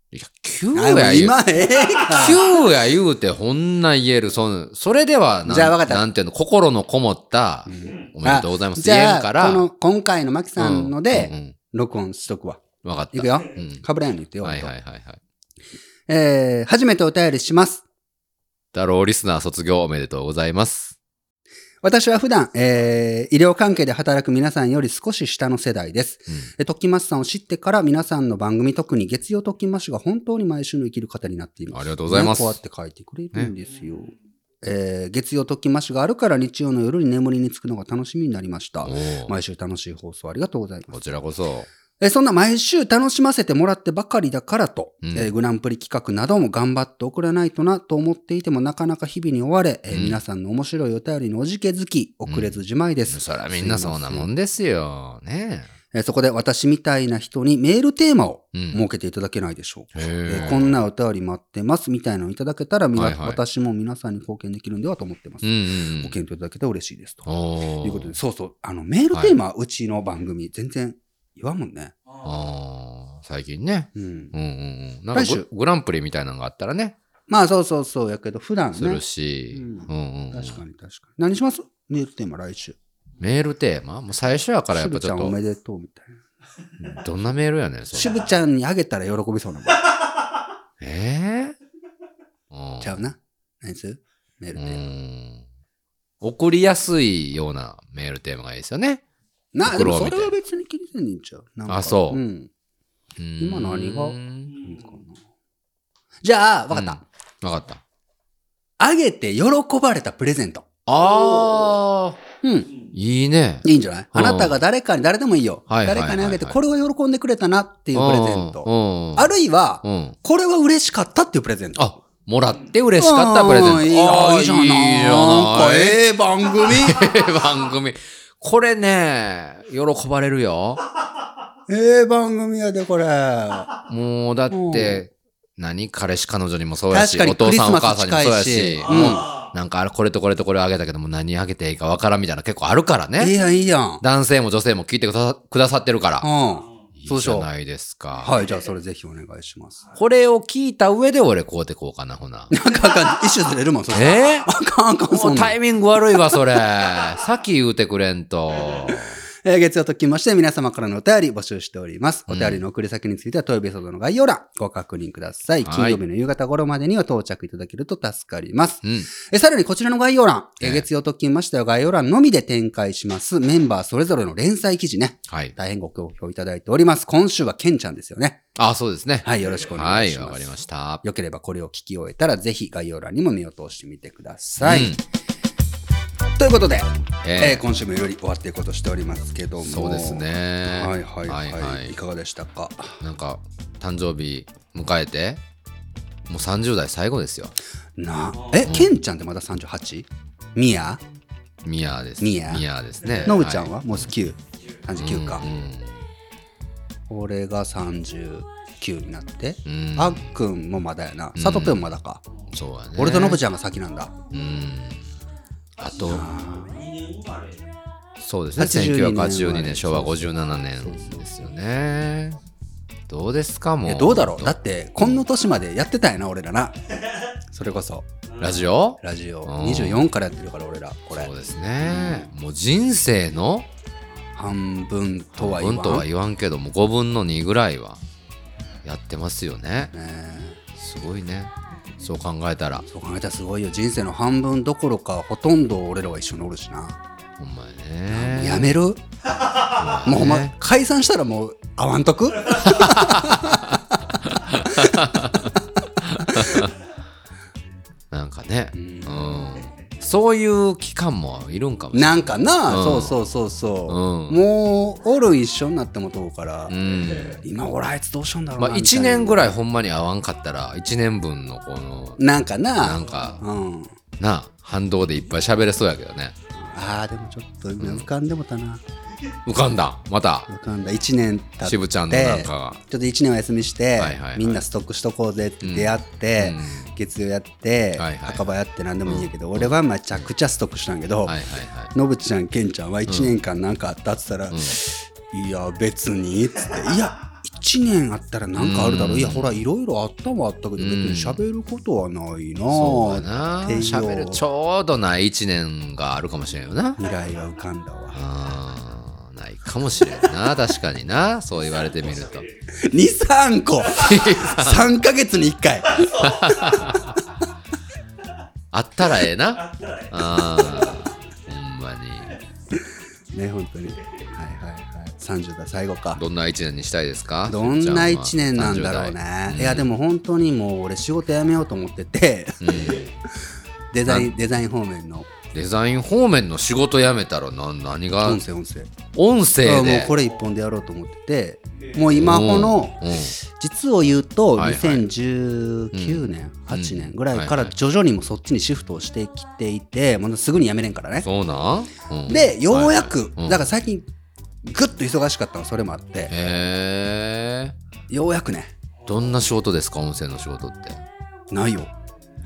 [SPEAKER 2] いや、9
[SPEAKER 1] あも
[SPEAKER 2] や
[SPEAKER 1] う
[SPEAKER 2] 言う。
[SPEAKER 1] 今、ええか。
[SPEAKER 2] 9や言うて、ほんなん言える。そんそれではなん、
[SPEAKER 1] じゃあわかった
[SPEAKER 2] なんていうの、心のこもった、おめでとうございます。
[SPEAKER 1] じ
[SPEAKER 2] 言え
[SPEAKER 1] ゃ
[SPEAKER 2] んか
[SPEAKER 1] あ、
[SPEAKER 2] ら。
[SPEAKER 1] この、今回のマキさんの
[SPEAKER 2] うん
[SPEAKER 1] で、
[SPEAKER 2] うん
[SPEAKER 1] 録音しとくわ。
[SPEAKER 2] うんわかった。
[SPEAKER 1] いくよ。
[SPEAKER 2] うん。
[SPEAKER 1] かぶらんように言ってよ。
[SPEAKER 2] はいはいはいはい。
[SPEAKER 1] えー、初めてお便りします。
[SPEAKER 2] だろうリスナー卒業おめでとうございます。
[SPEAKER 1] 私は普段、えー、医療関係で働く皆さんより少し下の世代です。
[SPEAKER 2] うん
[SPEAKER 1] えときまさんを知ってから皆さんの番組、特に月曜ときましが本当に毎週の生きる方になっています。
[SPEAKER 2] ありがとうございます
[SPEAKER 1] ねこうやって書いてくれるんですよ。えー、月曜ときましがあるから日曜の夜に眠りにつくのが楽しみになりました。
[SPEAKER 2] お
[SPEAKER 1] 毎週楽しい放送ありがとうございます
[SPEAKER 2] こ。ちらこそ。
[SPEAKER 1] えーそんな毎週楽しませてもらってばかりだからと、
[SPEAKER 2] うん
[SPEAKER 1] えーグランプリ企画なども頑張って送らないとなと思っていてもなかなか日々に追われ、えー
[SPEAKER 2] うん
[SPEAKER 1] 皆さんの面白いお便りのおじけづき、遅れずじまいです。
[SPEAKER 2] そらみんなそんなもんですよ。ね
[SPEAKER 1] えーそこで私みたいな人にメールテーマを
[SPEAKER 2] うん
[SPEAKER 1] 設けていただけないでしょうか。
[SPEAKER 2] へ
[SPEAKER 1] え
[SPEAKER 2] ー
[SPEAKER 1] ーこんなお便り待ってますみたいなのいただけたら、みな
[SPEAKER 2] はいはい
[SPEAKER 1] 私も皆さんに貢献できるんではと思ってます。
[SPEAKER 2] うんうんう
[SPEAKER 1] ご
[SPEAKER 2] ん。
[SPEAKER 1] 検討いただけたら嬉しいですと。
[SPEAKER 2] おー
[SPEAKER 1] いうことで、そうそう、あの、メールテーマ、はうちの番組、全然言わんもんね。
[SPEAKER 2] あー最近ね。
[SPEAKER 1] うん
[SPEAKER 2] うんうんうん。なんか
[SPEAKER 1] 来週
[SPEAKER 2] ググランプリみたいなのがあったらね。
[SPEAKER 1] まあそうそうそうやけど、普段
[SPEAKER 2] する
[SPEAKER 1] ね。
[SPEAKER 2] し、
[SPEAKER 1] うん
[SPEAKER 2] うんうんうん
[SPEAKER 1] 確かに確かに。何しますメールテーマ来週。
[SPEAKER 2] メールテーマもう最初やからやっ
[SPEAKER 1] 渋
[SPEAKER 2] ぱ
[SPEAKER 1] ち
[SPEAKER 2] ち
[SPEAKER 1] ゃ
[SPEAKER 2] ょっ
[SPEAKER 1] んおめ
[SPEAKER 2] と、
[SPEAKER 1] でとうみたいな。
[SPEAKER 2] どんなメールやねん、それ。
[SPEAKER 1] 渋ちゃんにあげたら喜びそうなもん。
[SPEAKER 2] えぇ、うん
[SPEAKER 1] ちゃうな。何するメール
[SPEAKER 2] う
[SPEAKER 1] テーマ。
[SPEAKER 2] ん。送りやすいようなメールテーマがいいですよね。
[SPEAKER 1] な、でも
[SPEAKER 2] 袋を
[SPEAKER 1] そ
[SPEAKER 2] 見て
[SPEAKER 1] れは別に気にせんねんちゃう。なんか
[SPEAKER 2] あそう
[SPEAKER 1] うん。
[SPEAKER 2] うん
[SPEAKER 1] 今何が
[SPEAKER 2] うん
[SPEAKER 1] いいかなじゃあ、わかった。
[SPEAKER 2] うん。わかった。
[SPEAKER 1] あげて喜ばれたプレゼント。
[SPEAKER 2] あー、
[SPEAKER 1] うん。
[SPEAKER 2] いいね。
[SPEAKER 1] いいんじゃない
[SPEAKER 2] うん
[SPEAKER 1] あなたが誰かに、誰でもいいよ。
[SPEAKER 2] はいはい
[SPEAKER 1] 誰
[SPEAKER 2] はい
[SPEAKER 1] か
[SPEAKER 2] はい
[SPEAKER 1] にあげて、これは喜んでくれたなっていうプレゼン
[SPEAKER 2] う
[SPEAKER 1] ト。
[SPEAKER 2] ん。うん
[SPEAKER 1] あるいは、
[SPEAKER 2] うん。
[SPEAKER 1] これは嬉しかったっていうプレゼント。
[SPEAKER 2] あ、もらって嬉しかったプレゼント。
[SPEAKER 1] うんいいよ
[SPEAKER 2] あー
[SPEAKER 1] いいじゃない。
[SPEAKER 2] いいじゃ
[SPEAKER 1] なん
[SPEAKER 2] な
[SPEAKER 1] か
[SPEAKER 2] い
[SPEAKER 1] ええ番 組。
[SPEAKER 2] ええ番組。これね、喜ばれるよ。
[SPEAKER 1] ええ番組やで、これ。
[SPEAKER 2] もう、だって、何彼氏彼女にもそうやし、
[SPEAKER 1] 確か
[SPEAKER 2] お
[SPEAKER 1] にク
[SPEAKER 2] 父
[SPEAKER 1] リ
[SPEAKER 2] さ
[SPEAKER 1] ス
[SPEAKER 2] んお
[SPEAKER 1] マ
[SPEAKER 2] 母
[SPEAKER 1] ス
[SPEAKER 2] さんにもそう
[SPEAKER 1] 近
[SPEAKER 2] や
[SPEAKER 1] いし
[SPEAKER 2] し、。
[SPEAKER 1] う
[SPEAKER 2] うん
[SPEAKER 1] ん。
[SPEAKER 2] なんかあれ、これとこれとこれあげたけども何あげていいかわからんみたいな結構あるから
[SPEAKER 1] いい
[SPEAKER 2] ね。
[SPEAKER 1] やん、いいやん。
[SPEAKER 2] 男性も女性も聞いてくださくださってるから。
[SPEAKER 1] うん。
[SPEAKER 2] いい
[SPEAKER 1] そうでし
[SPEAKER 2] じ
[SPEAKER 1] ょ
[SPEAKER 2] ゃ
[SPEAKER 1] う
[SPEAKER 2] ないですか。
[SPEAKER 1] はい、じゃあそれぜひお願いします。
[SPEAKER 2] これを聞いた上で俺こうてこうかな、ほ な。
[SPEAKER 1] なんかあかん、一種ずれるもん、それ。
[SPEAKER 2] え
[SPEAKER 1] あかん、あかん、
[SPEAKER 2] ー、
[SPEAKER 1] そ
[SPEAKER 2] も
[SPEAKER 1] ん
[SPEAKER 2] う
[SPEAKER 1] なん
[SPEAKER 2] タイミング悪いわ、それ。 先言うてくれんと。
[SPEAKER 1] えー月曜ときまして皆様からのお便り募集しております。お便りの送り先については、トヨビソードの概要欄ご確認ください。
[SPEAKER 2] はい
[SPEAKER 1] 金曜日の夕方頃までには到着いただけると助かります。
[SPEAKER 2] うん。
[SPEAKER 1] えーさらにこちらの概要欄、えー
[SPEAKER 2] ええ
[SPEAKER 1] 月曜ときましては概要欄のみで展開しますメンバーそれぞれの連載記事ね、
[SPEAKER 2] はい。
[SPEAKER 1] 大変ご好評いただいております。今週はケンちゃんですよね。
[SPEAKER 2] あ、そうですね。
[SPEAKER 1] はい、よろしくお
[SPEAKER 2] は
[SPEAKER 1] 願い
[SPEAKER 2] い、
[SPEAKER 1] します。
[SPEAKER 2] わかりました。
[SPEAKER 1] よければこれを聞き終えたら、ぜひ概要欄にも目を通してみてください。
[SPEAKER 2] うん
[SPEAKER 1] ということで、
[SPEAKER 2] え
[SPEAKER 1] え
[SPEAKER 2] え
[SPEAKER 1] ー今週もより終わっていこうとしておりますけども。
[SPEAKER 2] そうですね。
[SPEAKER 1] はいはいはい、
[SPEAKER 2] はいいはい
[SPEAKER 1] かがでしたか
[SPEAKER 2] なんか誕生日迎えてもう30代最後ですよ
[SPEAKER 1] なえ、ケンちゃんってまだ 38? ミヤ
[SPEAKER 2] ミヤーです
[SPEAKER 1] ミヤ
[SPEAKER 2] ですね
[SPEAKER 1] ノブちゃん
[SPEAKER 2] は
[SPEAKER 1] はもう9 ?39 か、
[SPEAKER 2] い
[SPEAKER 1] 俺が39になって、
[SPEAKER 2] うん、うん
[SPEAKER 1] あっくんもまだやな佐藤ペンまだか、
[SPEAKER 2] そうやね
[SPEAKER 1] 俺とノブちゃんが先なんだ
[SPEAKER 2] うんあと
[SPEAKER 3] 年生まれ。
[SPEAKER 2] そうですね
[SPEAKER 1] 82
[SPEAKER 2] 1982
[SPEAKER 1] 年
[SPEAKER 2] 年昭和57年ですよねどうですか
[SPEAKER 1] い
[SPEAKER 2] も
[SPEAKER 1] や
[SPEAKER 2] う
[SPEAKER 1] どうだろうだってこんな年までやってたやな俺ら なそれこそ
[SPEAKER 2] ラジオ
[SPEAKER 1] ラジオ
[SPEAKER 2] うん
[SPEAKER 1] 24からやってるから俺らこれ
[SPEAKER 2] そうですね、もう人生の
[SPEAKER 1] 半分とは言わん
[SPEAKER 2] 分とは言わんけども5分の2ぐらいはやってますよね
[SPEAKER 1] ね
[SPEAKER 2] すごいねそう考えたら
[SPEAKER 1] そう考えたらすごいよ人生の半分どころかほとんど俺らは一緒におるしな
[SPEAKER 2] ほんまやね。
[SPEAKER 1] や めるもうほんま解散したらもう会わんとく
[SPEAKER 2] なんかね。うんん。そういう期間もいるんかもしれない。
[SPEAKER 1] なんかな、
[SPEAKER 2] うん
[SPEAKER 1] そうそうそうそう、
[SPEAKER 2] うん
[SPEAKER 1] もうおるん一緒になってもとうから、
[SPEAKER 2] うん。
[SPEAKER 1] 今俺あいつどうしようんだろうな
[SPEAKER 2] まあ1年ぐ
[SPEAKER 1] らい
[SPEAKER 2] らいほんまに会わんかったら、1年分のこの、
[SPEAKER 1] ななんかな
[SPEAKER 2] なんか、
[SPEAKER 1] うん
[SPEAKER 2] なあ、反動でいっぱい喋れそうやけどね。
[SPEAKER 1] あーでもちょっと今浮かんでもたな、
[SPEAKER 2] 浮かんだ。また、
[SPEAKER 1] 浮かんだ1年経って
[SPEAKER 2] 渋ちゃんのなんかが。
[SPEAKER 1] ちょっと1年お休みして、
[SPEAKER 2] はいはいはい
[SPEAKER 1] みんなストックしとこうぜって出会って、月曜やって、
[SPEAKER 2] はいはい
[SPEAKER 1] 墓場やって何でもいいんやけど、俺はめちゃくちゃストックしたんやけど、
[SPEAKER 2] はいはいはい。
[SPEAKER 1] のぶちゃんけんちゃんは1年間何かあったっつったら「いや別に」っつって「いや1年あったら何かあるだろう、
[SPEAKER 2] うん
[SPEAKER 1] いやほらいろいろあったはあったけど別に喋ることはないな
[SPEAKER 2] そう
[SPEAKER 1] あ」
[SPEAKER 2] だな。
[SPEAKER 1] っていう
[SPEAKER 2] 喋るちょうどない1年があるかもしれんよな。
[SPEAKER 1] 未来は浮かんだわ
[SPEAKER 2] あーないかもしれんな。確かにな。そう言われてみると。
[SPEAKER 1] 23個 3ヶ月に1回
[SPEAKER 2] あったらええな。あーほんまに。
[SPEAKER 1] ね本当にはいはいはい30代最後か
[SPEAKER 2] どんな一年にしたいですか
[SPEAKER 1] どんな
[SPEAKER 2] し
[SPEAKER 1] 1
[SPEAKER 2] ずちゃ
[SPEAKER 1] 年
[SPEAKER 2] は
[SPEAKER 1] なんだろうね、
[SPEAKER 2] 30代
[SPEAKER 1] いやでも本当にもう俺仕事辞めようと思って てデザインデザイン方面の
[SPEAKER 2] デザイン方面の仕事辞めたらな何が
[SPEAKER 1] 音声音声
[SPEAKER 2] 音声
[SPEAKER 1] もう
[SPEAKER 2] で
[SPEAKER 1] これ一本でやろうと思っててもう今この
[SPEAKER 2] うんうん
[SPEAKER 1] 実を言うと
[SPEAKER 2] はいはい
[SPEAKER 1] 2019年8年ぐらいか
[SPEAKER 2] はい
[SPEAKER 1] ら
[SPEAKER 2] はい
[SPEAKER 1] 徐々にもそっちにシフトをしてきていてもうすぐに辞めれんからね
[SPEAKER 2] そうなん、うん
[SPEAKER 1] でようやく
[SPEAKER 2] うん
[SPEAKER 1] だから最近ぐっと忙しかったのそれもあって
[SPEAKER 2] へえ
[SPEAKER 1] ようやくね
[SPEAKER 2] どんな仕事ですか音声の仕事って
[SPEAKER 1] ないよ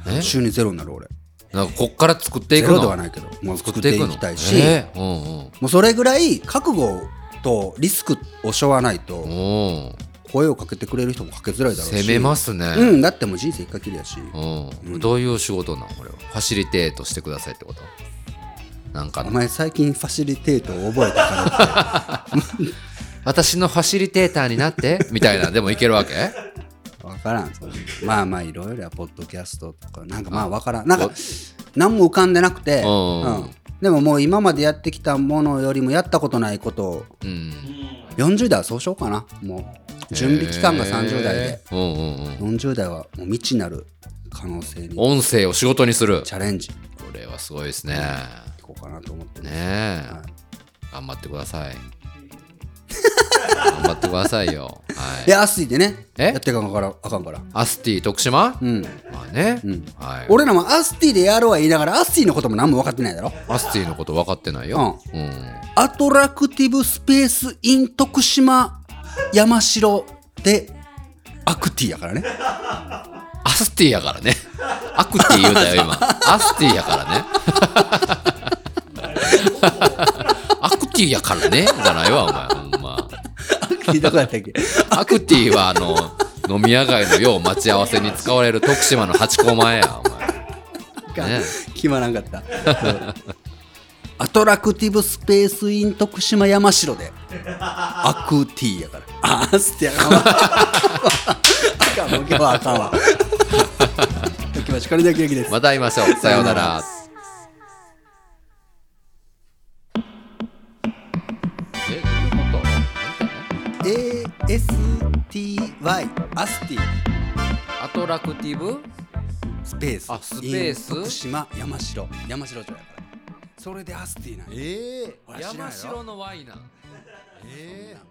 [SPEAKER 2] え
[SPEAKER 1] 収入ゼロになる俺
[SPEAKER 2] なんかこっから作ってい
[SPEAKER 1] ゼ
[SPEAKER 2] くの
[SPEAKER 1] ロではないけどもう作っていきたいし
[SPEAKER 2] へえうんうん
[SPEAKER 1] もうそれぐらい覚悟とリスクを背負わないと
[SPEAKER 2] おー
[SPEAKER 1] 声をかけてくれる人もかけづらいだろうし
[SPEAKER 2] 攻めますね。
[SPEAKER 1] うんだってもう人生一回きりやし
[SPEAKER 2] うん、どういう仕事なんこれはファシリテートしてくださいってことなんか
[SPEAKER 1] お
[SPEAKER 2] の
[SPEAKER 1] 前最近ファシリテートを覚えたからって
[SPEAKER 2] 私のファシリテーターにな ってみたいなでもいけるわけ
[SPEAKER 1] 分からんそれまあまあいろいろやポッドキャストとかなんかまあ分からんなんか何も浮かんでなくて、
[SPEAKER 2] うん
[SPEAKER 1] うんでももう今までやってきたものよりもやったことないことを
[SPEAKER 2] うん
[SPEAKER 1] 40代はそうしようかなもう準備期間が30代で、
[SPEAKER 2] えーうんうんうん、
[SPEAKER 1] 40代はもう未知なる可能性に
[SPEAKER 2] 音声を仕事にする
[SPEAKER 1] チャレンジい
[SPEAKER 2] これはすごいですね
[SPEAKER 1] こうかなと思って
[SPEAKER 2] ね
[SPEAKER 1] ね
[SPEAKER 2] え、
[SPEAKER 1] は
[SPEAKER 2] 頑張ってください頑張ってくださいよはい
[SPEAKER 1] いやアスイでね
[SPEAKER 2] え
[SPEAKER 1] やってかんからあかんから
[SPEAKER 2] アスティ徳島、
[SPEAKER 1] うん
[SPEAKER 2] まあね、はい、
[SPEAKER 1] 俺らもアスティでやろうは言いながらアスティのことも何も分かってないだろ
[SPEAKER 2] アスティのこと分かってないよ、うん
[SPEAKER 1] アトラクティブスペースイン徳島山城でアクティやからね
[SPEAKER 2] アスティやからね。アクティ言うたよ、今。アスティやからね。アクティやからね。じゃないわ、お前。ほんま。
[SPEAKER 1] アクティどこやったっけ
[SPEAKER 2] アクティは、あの、飲み屋街のよう待ち合わせに使われる徳島の八個前や、お前。
[SPEAKER 1] か
[SPEAKER 2] ね
[SPEAKER 1] 決まらんかった。アトラクティブスペースイン徳島山城で。アクティやから。あーすってやかんわ。あかん、もう今日はあかんわ。今日は光だけです。
[SPEAKER 2] また会いましょう。さようなら。え、どういうこと
[SPEAKER 1] ASTY、アスティ、
[SPEAKER 2] アトラクティブ
[SPEAKER 1] スペース、
[SPEAKER 2] あスペース
[SPEAKER 1] イン徳島山城、山城城やから。それでアスティなんや
[SPEAKER 2] え
[SPEAKER 1] 俺知らんやろ
[SPEAKER 2] のワイナン。
[SPEAKER 1] えー